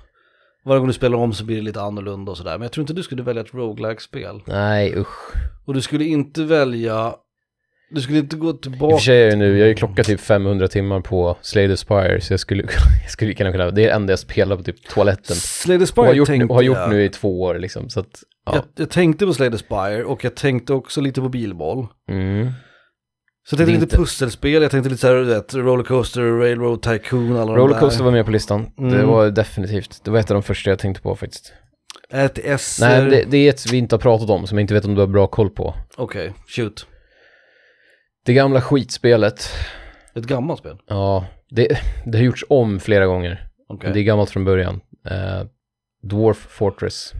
S1: Varje gång du spelar om så blir det lite annorlunda och sådär. Men jag tror inte du skulle välja ett roguelike spel
S2: Nej usch.
S1: Och du skulle inte välja, du skulle inte gå
S2: I och
S1: tillbaka.
S2: för sig är jag nu, jag har ju klockat typ 500 timmar på Slay the Spire, så jag skulle, jag skulle kunna kunna, det är det enda jag spelar på typ toaletten.
S1: Slade
S2: Och
S1: Spire
S2: har gjort,
S1: tänkte
S2: och har gjort
S1: jag.
S2: nu i två år liksom, så att, ja.
S1: Jag, jag tänkte på Slade Spire och jag tänkte också lite på bilboll.
S2: Mm.
S1: Så jag tänkte
S2: Det är
S1: lite
S2: inte-
S1: pusselspel, jag tänkte lite såhär, du vet, Rollercoaster, Railroad Tycoon, alla
S2: Rollercoaster
S1: de
S2: var med på listan, det
S1: Mm.
S2: var definitivt, det var ett av de första jag tänkte på faktiskt.
S1: där. Ett S.
S2: Nej, det, det är ett vi inte har pratat om, som jag inte vet om du har bra koll på.
S1: Okej, shoot.
S2: Det gamla skitspelet,
S1: Ett gammalt spel.
S2: ja, det, det har gjorts om flera gånger.
S1: Okej.
S2: men Det är gammalt från början. Eh, Dwarf Fortress.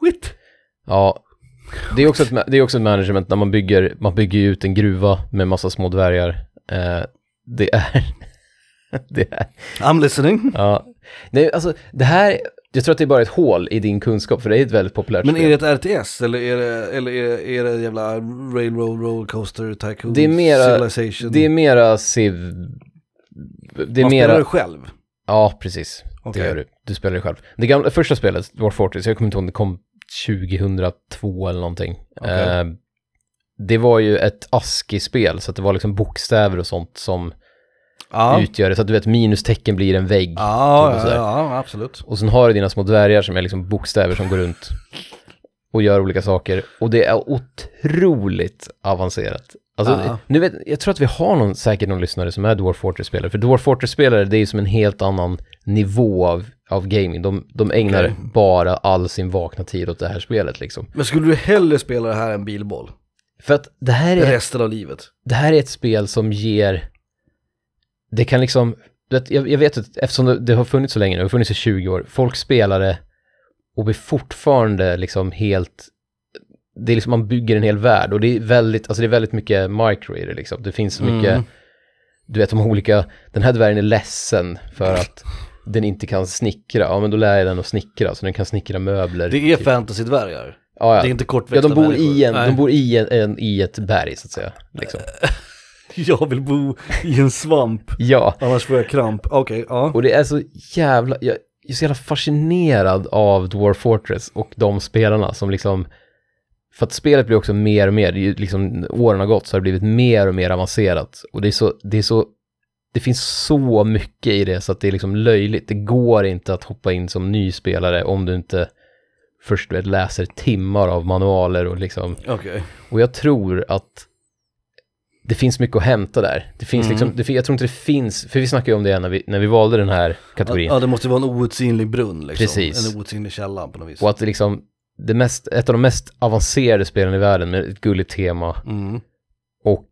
S1: Skit!
S2: Ja, det är också ett, ma- det är också ett management när man bygger, man bygger ju ut en gruva med massa små dvärgar. Eh, det är, det är
S1: I'm listening.
S2: Ja. Nej, alltså det här, jag tror att det är bara ett hål i din kunskap, för det är ett väldigt populärt
S1: Men är
S2: spel.
S1: det ett RTS eller är det, eller är det, är det jävla Railroad Rollercoaster Tycoon
S2: Det är mera-
S1: Civilization?
S2: Det är mera civ... Det är
S1: Man spelar
S2: mera...
S1: det själv?
S2: Ja, precis.
S1: Okej.
S2: Det gör du. Du spelar det själv. Det gamla, första spelet, Dwarf Fortress, jag kommer inte ihåg om det kom 2002 eller någonting.
S1: Okej.
S2: Eh, det var ju ett ASCII-spel, så att det var liksom bokstäver och sånt som
S1: Ja,
S2: utgör det. Så att du vet, minustecken blir en vägg.
S1: ja,
S2: typ och
S1: ja,
S2: sådär.
S1: ja absolut.
S2: Och sen har du dina små dvärgar som är liksom bokstäver som går runt och gör olika saker. Och det är otroligt avancerat. Alltså,
S1: Ja.
S2: nu vet, jag tror att vi har någon, säkert någon lyssnare som är Dwarf Fortress-spelare. För Dwarf Fortress-spelare, det är ju som en helt annan nivå av, av gaming. De, de ägnar
S1: Okej.
S2: bara all sin vakna tid åt det här spelet liksom.
S1: Men skulle du hellre spela det här än bilboll?
S2: För att det här är
S1: Resten av livet?
S2: det här är ett spel som ger... Det kan liksom... du Vet, jag, jag vet att eftersom det, det har funnits så länge nu, det har funnits i 20 år, folk spelar det och blir fortfarande liksom helt... det är liksom man bygger en hel värld och det är väldigt, alltså det är väldigt mycket micro i det liksom. Det finns så mycket,
S1: Mm.
S2: du vet de olika, den här dvärgen är ledsen för att den inte kan snickra. Ja men då lär jag den att snickra, så den kan snickra möbler.
S1: Det är
S2: typ.
S1: fantasy-dvärgar.
S2: ja, ja.
S1: Det är inte
S2: ja,
S1: kortväxta
S2: de bor, i en,
S1: människor. Eh.
S2: de bor i, en, en, i ett berg så att säga. Liksom.
S1: Jag vill bo i en svamp,
S2: Ja.
S1: annars får jag kramp. Okej, ja.
S2: Och det är så jävla, jag jag är så jävla fascinerad av Dwarf Fortress och de spelarna som liksom, för att spelet blir också mer och mer, det är ju liksom, åren har gått så har det blivit mer och mer avancerat. Och det är så, det är så, det finns så mycket i det så att det är liksom löjligt. Det går inte att hoppa in som ny spelare om du inte först du vet, läser timmar av manualer och liksom
S1: Okej.
S2: och jag tror att det finns mycket att hämta där. Det finns
S1: Mm.
S2: liksom, det, fin- jag tror inte det finns, för vi snackade ju om det när vi, när vi valde den här kategorin.
S1: Ja, det måste vara en outsinlig brunn liksom.
S2: Precis.
S1: En outsinlig källa på något vis.
S2: Och att det liksom, det mest, ett av de mest avancerade spelen i världen med ett gulligt tema.
S1: Mm.
S2: Och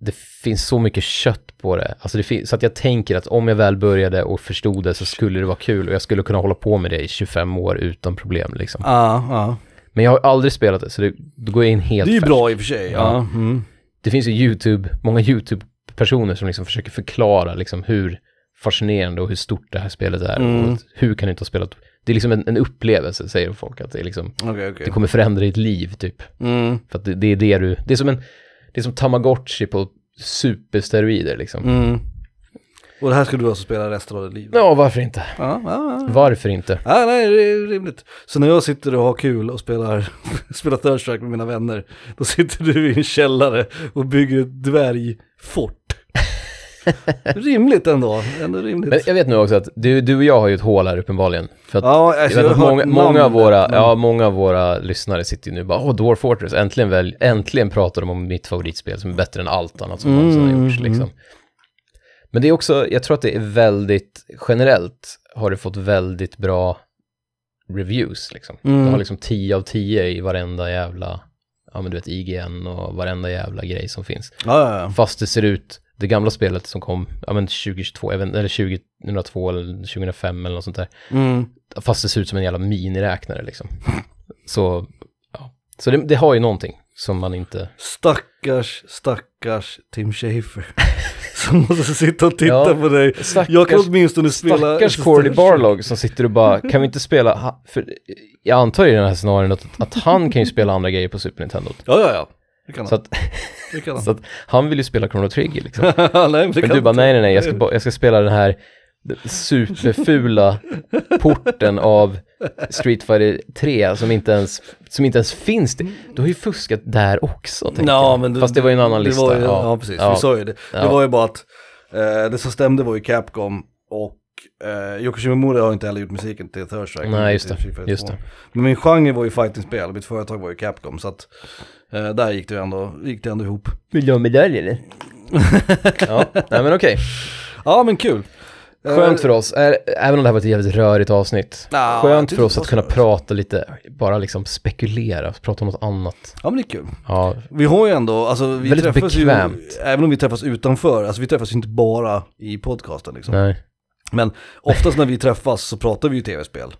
S2: det finns så mycket kött på det. Alltså det fin- så att jag tänker att om jag väl började och förstod det så skulle det vara kul och jag skulle kunna hålla på med det i 25 år utan problem liksom.
S1: Ja, ja.
S2: Men jag har aldrig spelat det så det, då går jag in helt
S1: Det är ju
S2: färsk.
S1: bra i och för sig. Ja.
S2: Ja.
S1: Mm.
S2: det finns ju YouTube, många YouTube-personer som liksom försöker förklara liksom hur fascinerande och hur stort det här spelet är.
S1: Mm.
S2: Och att hur kan du inte ha spelat? Det är liksom en, en upplevelse, säger folk, att det, är liksom,
S1: Okej,
S2: det
S1: okej.
S2: kommer förändra ditt liv, typ.
S1: Mm.
S2: För att det, det är det du, det är som en, det är som Tamagotchi på supersteroider, liksom.
S1: Mm. Och det här ska du alltså spela resten av ditt liv?
S2: Ja, varför inte?
S1: Ja, ja, ja.
S2: Varför inte?
S1: Ja, nej, det är rimligt. Så när jag sitter och har kul och spelar, spelar Third Strike med mina vänner, då sitter du i en källare och bygger ett dvärgfort. rimligt ändå, ändå rimligt.
S2: Men jag vet nu också att du, du och jag har ju ett hål här uppenbarligen. För att
S1: ja,
S2: Jag
S1: alltså,
S2: vet att
S1: har
S2: många,
S1: hört Mm.
S2: många, av
S1: namnet,
S2: våra,
S1: men-
S2: ja, många av våra lyssnare sitter ju nu och bara, åh, Dwarf Fortress, äntligen, väl, äntligen pratar de om mitt favoritspel som är bättre än allt annat som
S1: Mm,
S2: någonsin har gjorts.
S1: mm.
S2: Liksom. Men det är också, jag tror att det är väldigt, generellt har det fått väldigt bra reviews. Liksom.
S1: Mm.
S2: Det har liksom 10 av 10 i varenda jävla, ja men du vet IGN och varenda jävla grej som finns.
S1: Ja, ja, ja.
S2: Fast det ser ut, det gamla spelet som kom, ja men 2022, jag vet- eller 2002 eller 2005 eller något sånt där
S1: Mm.
S2: fast det ser ut som en jävla miniräknare liksom. Så, ja. Så det, det har ju någonting som man inte...
S1: Stackars, stackars Tim Schafer. Som måste sitta och titta
S2: Ja,
S1: på dig.
S2: Stackars,
S1: Jag kan åtminstone spela...
S2: stackars Cordy Barlog som sitter och bara, kan vi inte spela... ha- För jag antar i den här scenarion att, att han kan ju spela andra grejer på Super Nintendo.
S1: Ja, ja, ja. Det kan
S2: Så
S1: han.
S2: att,
S1: Det kan han.
S2: så att han vill ju spela Chrono Trigger liksom.
S1: nej, men det
S2: Men
S1: kan
S2: du bara,
S1: inte.
S2: nej nej nej, jag ska, bara- jag ska spela den här superfula porten av Street Fighter 3 som inte ens, som inte ens finns. Det- Du har ju fuskat där också. tänker
S1: Ja,
S2: jag.
S1: men
S2: Fast det var ju en annan
S1: det
S2: lista.
S1: var ju- ja. precis. Vi sa ju det. Det
S2: Ja.
S1: var ju bara att eh, det som stämde var ju Capcom och eh, Yoko Shimomura har inte heller gjort musiken till Third Strike.
S2: Nej, just
S1: till
S2: det.
S1: Street Fighter
S2: Just
S1: 2.
S2: det.
S1: Men min genre var ju fightingspel, mitt företag var ju Capcom, så att eh, där gick det ju ändå, gick det ändå ihop.
S2: Vill du ha medalj eller? ja, nej men okej.
S1: Ja, men kul. Eh,
S2: Skönt för oss, Ä- även om det här var ett jävligt rörigt avsnitt.
S1: Ja, jag
S2: skönt
S1: tyckte
S2: för oss
S1: det var
S2: att kunna
S1: så rörigt.
S2: prata lite, bara liksom spekulera, prata om något annat.
S1: Ja, men det är kul.
S2: Ja,
S1: Vi har ju ändå, alltså vi
S2: Väldigt
S1: träffas
S2: bekvämt.
S1: ju, även om vi träffas utanför, alltså vi träffas ju inte bara i podcasten liksom.
S2: nej.
S1: Men oftast när vi träffas så pratar vi ju tv-spel.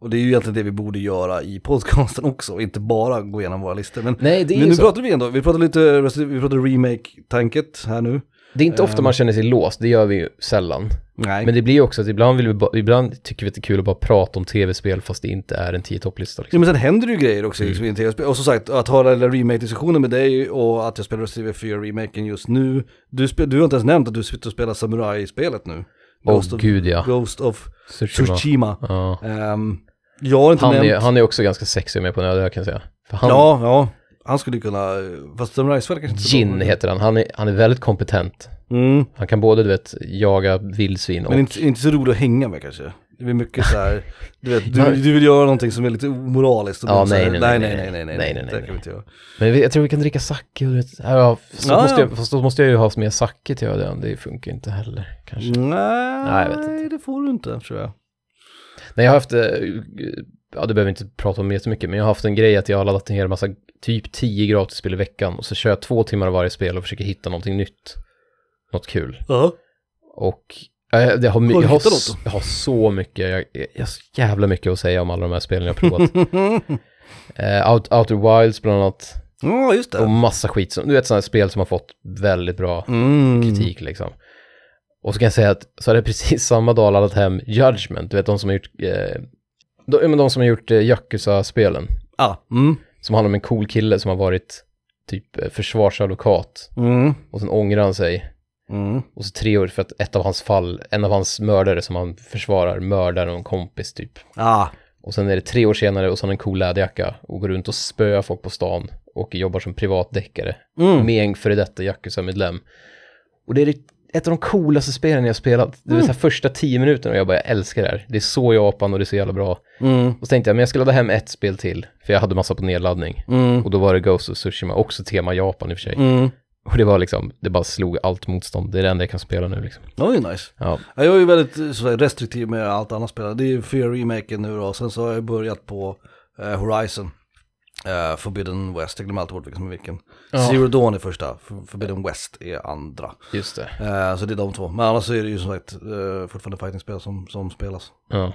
S1: Och det är ju egentligen det vi borde göra i podcasten också, och inte bara gå igenom våra listor. Men,
S2: Nej, det är
S1: men
S2: ju
S1: nu
S2: så.
S1: pratar vi ändå, vi pratar lite, vi pratar remake-tanket här nu.
S2: Det är inte ofta man känner sig låst, det gör vi ju sällan.
S1: Nej.
S2: Men det blir ju också att ibland, vill vi ba, ibland tycker vi att det är kul att bara prata om tv-spel fast det inte är en tio topplista.
S1: Ja,
S2: Liksom. Mm.
S1: men sen händer det ju grejer också liksom, i en tv-spel. Och som sagt, att ha den där remake-diskussionen med dig och att jag spelar Resident Evil 4-remaken just nu. Du, spe, du har inte ens nämnt att du sitter och spelar Samurai-spelet nu.
S2: Åh
S1: of,
S2: gud ja.
S1: Ghost of
S2: Tsushima.
S1: Tsushima.
S2: Ja.
S1: Ehm, jag har inte
S2: Han,
S1: nämnt...
S2: är, han är också ganska sexig med på nöden kan jag säga. För han,
S1: Ja, ja. Han skulle kunna, fast Samurai-spelet kanske inte...
S2: Jin heter han, han är, han är väldigt kompetent.
S1: Mm.
S2: Han kan både, du vet, jaga vildsvin och...
S1: Men inte, inte så roligt att hänga med kanske. Det blir mycket så här, du vet, du,
S2: Nej.
S1: du vill göra någonting som är lite omoraliskt. och
S2: Ja,
S1: då så
S2: nej,
S1: här,
S2: nej,
S1: nej,
S2: nej,
S1: nej, nej, nej, nej,
S2: nej, nej, nej, nej,
S1: det kan vi inte göra.
S2: Men vi- jag tror vi kan dricka sake och du vet, ja, ja, fast, då
S1: Ja,
S2: måste
S1: ja.
S2: jag, fast då måste jag ju ha med sake till öden, det funkar ju inte heller kanske.
S1: Nej,
S2: Nej, jag vet inte.
S1: det får du inte tror jag.
S2: Nej, jag har haft, eh, ja det behöver vi inte prata om jättemycket, men jag har haft en grej att jag har laddat ner en massa, typ 10 gratisspel i veckan och så kör jag två timmar av varje spel och försöker hitta någonting nytt. Något kul.
S1: Ja.
S2: Och Ja, Jag, jag, har, my-
S1: Har du
S2: jag, har,
S1: hittat
S2: s-
S1: något?
S2: jag har så mycket, jag, jag, jag har så jävla mycket att säga om alla de här spelen jag har provat. Eh, Out, Outer Wilds bland annat,
S1: Ja, just
S2: och
S1: det.
S2: massa skit. Som, du vet sådana här spel som har fått väldigt bra
S1: Mm.
S2: kritik liksom. Och så kan jag säga att så hade jag precis samma dag laddat hem Judgment, du vet de som har gjort, eh, de, ja, men de som har gjort eh, Yakuza-spelen.
S1: Ah, mm.
S2: Som handlar om en cool kille som har varit typ eh, försvarsadvokat
S1: Mm.
S2: och sen ångrar han sig.
S1: Mm.
S2: Och så tre år för att ett av hans fall, en av hans mördare som han försvarar mördar någon kompis typ.
S1: Ah,
S2: Och sen är det tre år senare och så har han en cool läderjacka och går runt och spöar folk på stan och jobbar som privatdeckare
S1: Mm.
S2: med en före detta Yakuza-medlem. Och det är det- ett av de coolaste spelen jag har spelat.
S1: Mm.
S2: Det var så här första tio minuterna och jag bara, jag älskar det här. Det är så Japan och det är så jävla bra.
S1: mm.
S2: Och så tänkte jag, men jag ska ladda hem ett spel till, för jag hade massa på nedladdning.
S1: Mm.
S2: Och då var det Ghost of Tsushima, också tema Japan i och för sig.
S1: Mm.
S2: Och det var liksom, det bara slog allt motstånd. Det är det enda jag kan spela nu liksom.
S1: Det var ju nice.
S2: Ja.
S1: Ja, Jag är ju väldigt eh, sådär, restriktiv med allt annat spel. Det är ju fyra remaken nu då, och sen så har jag börjat på eh, Horizon. Eh, Forbidden West, jag glömmer alltid bort vilken som är vilken.
S2: Ja.
S1: Zero Dawn är första, For- Forbidden West är andra.
S2: Just det.
S1: Eh, så det är de två. Men annars så är det ju som sagt eh, fortfarande fightingspel som, som spelas.
S2: Ja.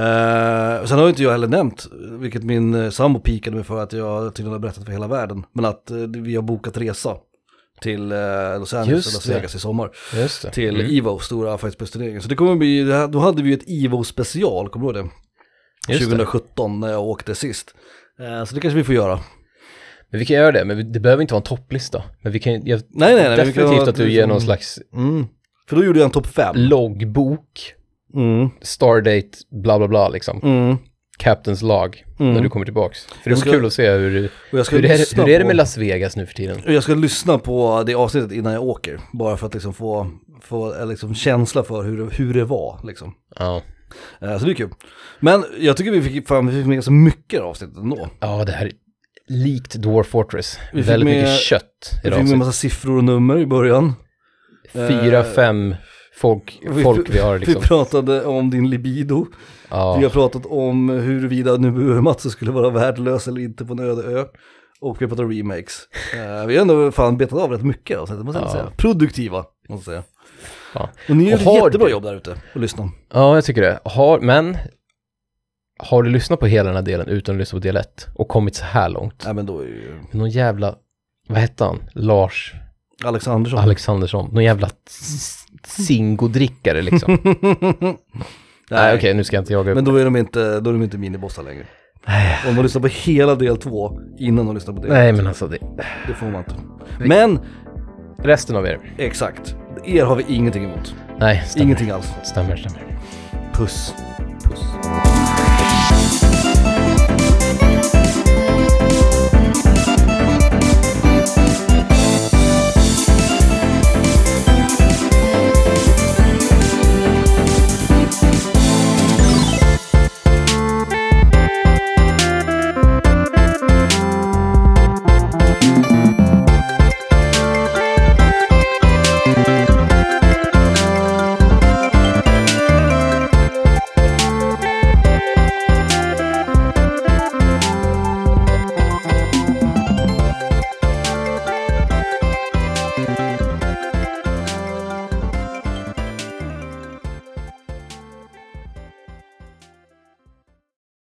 S1: Eh, sen har ju inte jag heller nämnt, vilket min eh, sambo pikade mig för att jag tydligen har berättat för hela världen, men att eh, vi har bokat resa till eh, Los Angeles
S2: Just
S1: och Las
S2: det.
S1: Vegas i sommar
S2: Just det.
S1: till
S2: Mm.
S1: IVO, stora fightspelsturneringen. Så det kommer bli, det här- då hade vi ju ett IVO-special, kommer du ihåg det?
S2: Just det.
S1: 2017 när jag åkte sist. Eh, Så det kanske vi får göra.
S2: Men vi kan göra det, men vi- det behöver inte vara en topplista. Men vi kan ju- jag,
S1: nej, nej, men vi kan
S2: definitivt
S1: ha- liksom- Mm.
S2: att du ger någon slags
S1: För då gjorde jag en topp 5.
S2: loggbok,
S1: Mm.
S2: stardate, bla bla bla liksom.
S1: Mm.
S2: Captains lag när du kommer tillbaks. För det
S1: Jag
S2: vore
S1: ska-
S2: kul att se hur,
S1: Och jag ska
S2: hur, är,
S1: lyssna
S2: hur är det
S1: på-
S2: med Las Vegas nu för tiden.
S1: Jag ska lyssna på det avsnittet innan jag åker, bara för att liksom få, få en liksom känsla för hur, det- hur det var. Liksom.
S2: Ja,
S1: Eh, Så det är kul. Men jag tycker vi fick, fan, vi fick med så mycket avsnitt ändå.
S2: ja det här är likt Dwarf Fortress.
S1: Vi fick
S2: Väldigt
S1: med-
S2: mycket kött
S1: Vi
S2: i
S1: fick med en
S2: rasen.
S1: massa siffror och nummer i början.
S2: Fyra,
S1: eh,
S2: fem folk,
S1: vi-
S2: folk vi har liksom.
S1: Vi pratade om din libido. Vi har
S2: Ja,
S1: pratat om huruvida nu Matsen skulle vara värdelös eller inte på en öde ö. Och vi har pratat om remakes. Eh, vi har ändå fan betat av rätt mycket, alltså, det måste jag
S2: Ja.
S1: säga. Produktiva, måste jag säga.
S2: fan.
S1: Och ni gör
S2: Och
S1: ett
S2: har
S1: jättebra
S2: du-
S1: jobb där ute och lyssna.
S2: ja, jag tycker det. Har, men, har du lyssnat på hela den här delen utan att lyssna på del ett och kommit så här långt?
S1: Nej men då är ju
S2: Någon jävla, vad hette han? Lars
S1: Alex Andersson.
S2: Alexandersson. Någon jävla s- singodrickare liksom. Nej, okej, nu ska jag inte jaga upp.
S1: Men då är de inte, då är de inte minibossar längre. Om de lyssnar på hela del två innan de lyssnar på del
S2: Nej, men alltså det...
S1: det får man inte. Men,
S2: Resten av er?
S1: exakt, er har vi ingenting emot.
S2: Nej, stämmer.
S1: Ingenting alls.
S2: Stämmer, stämmer.
S1: Puss.
S2: Puss.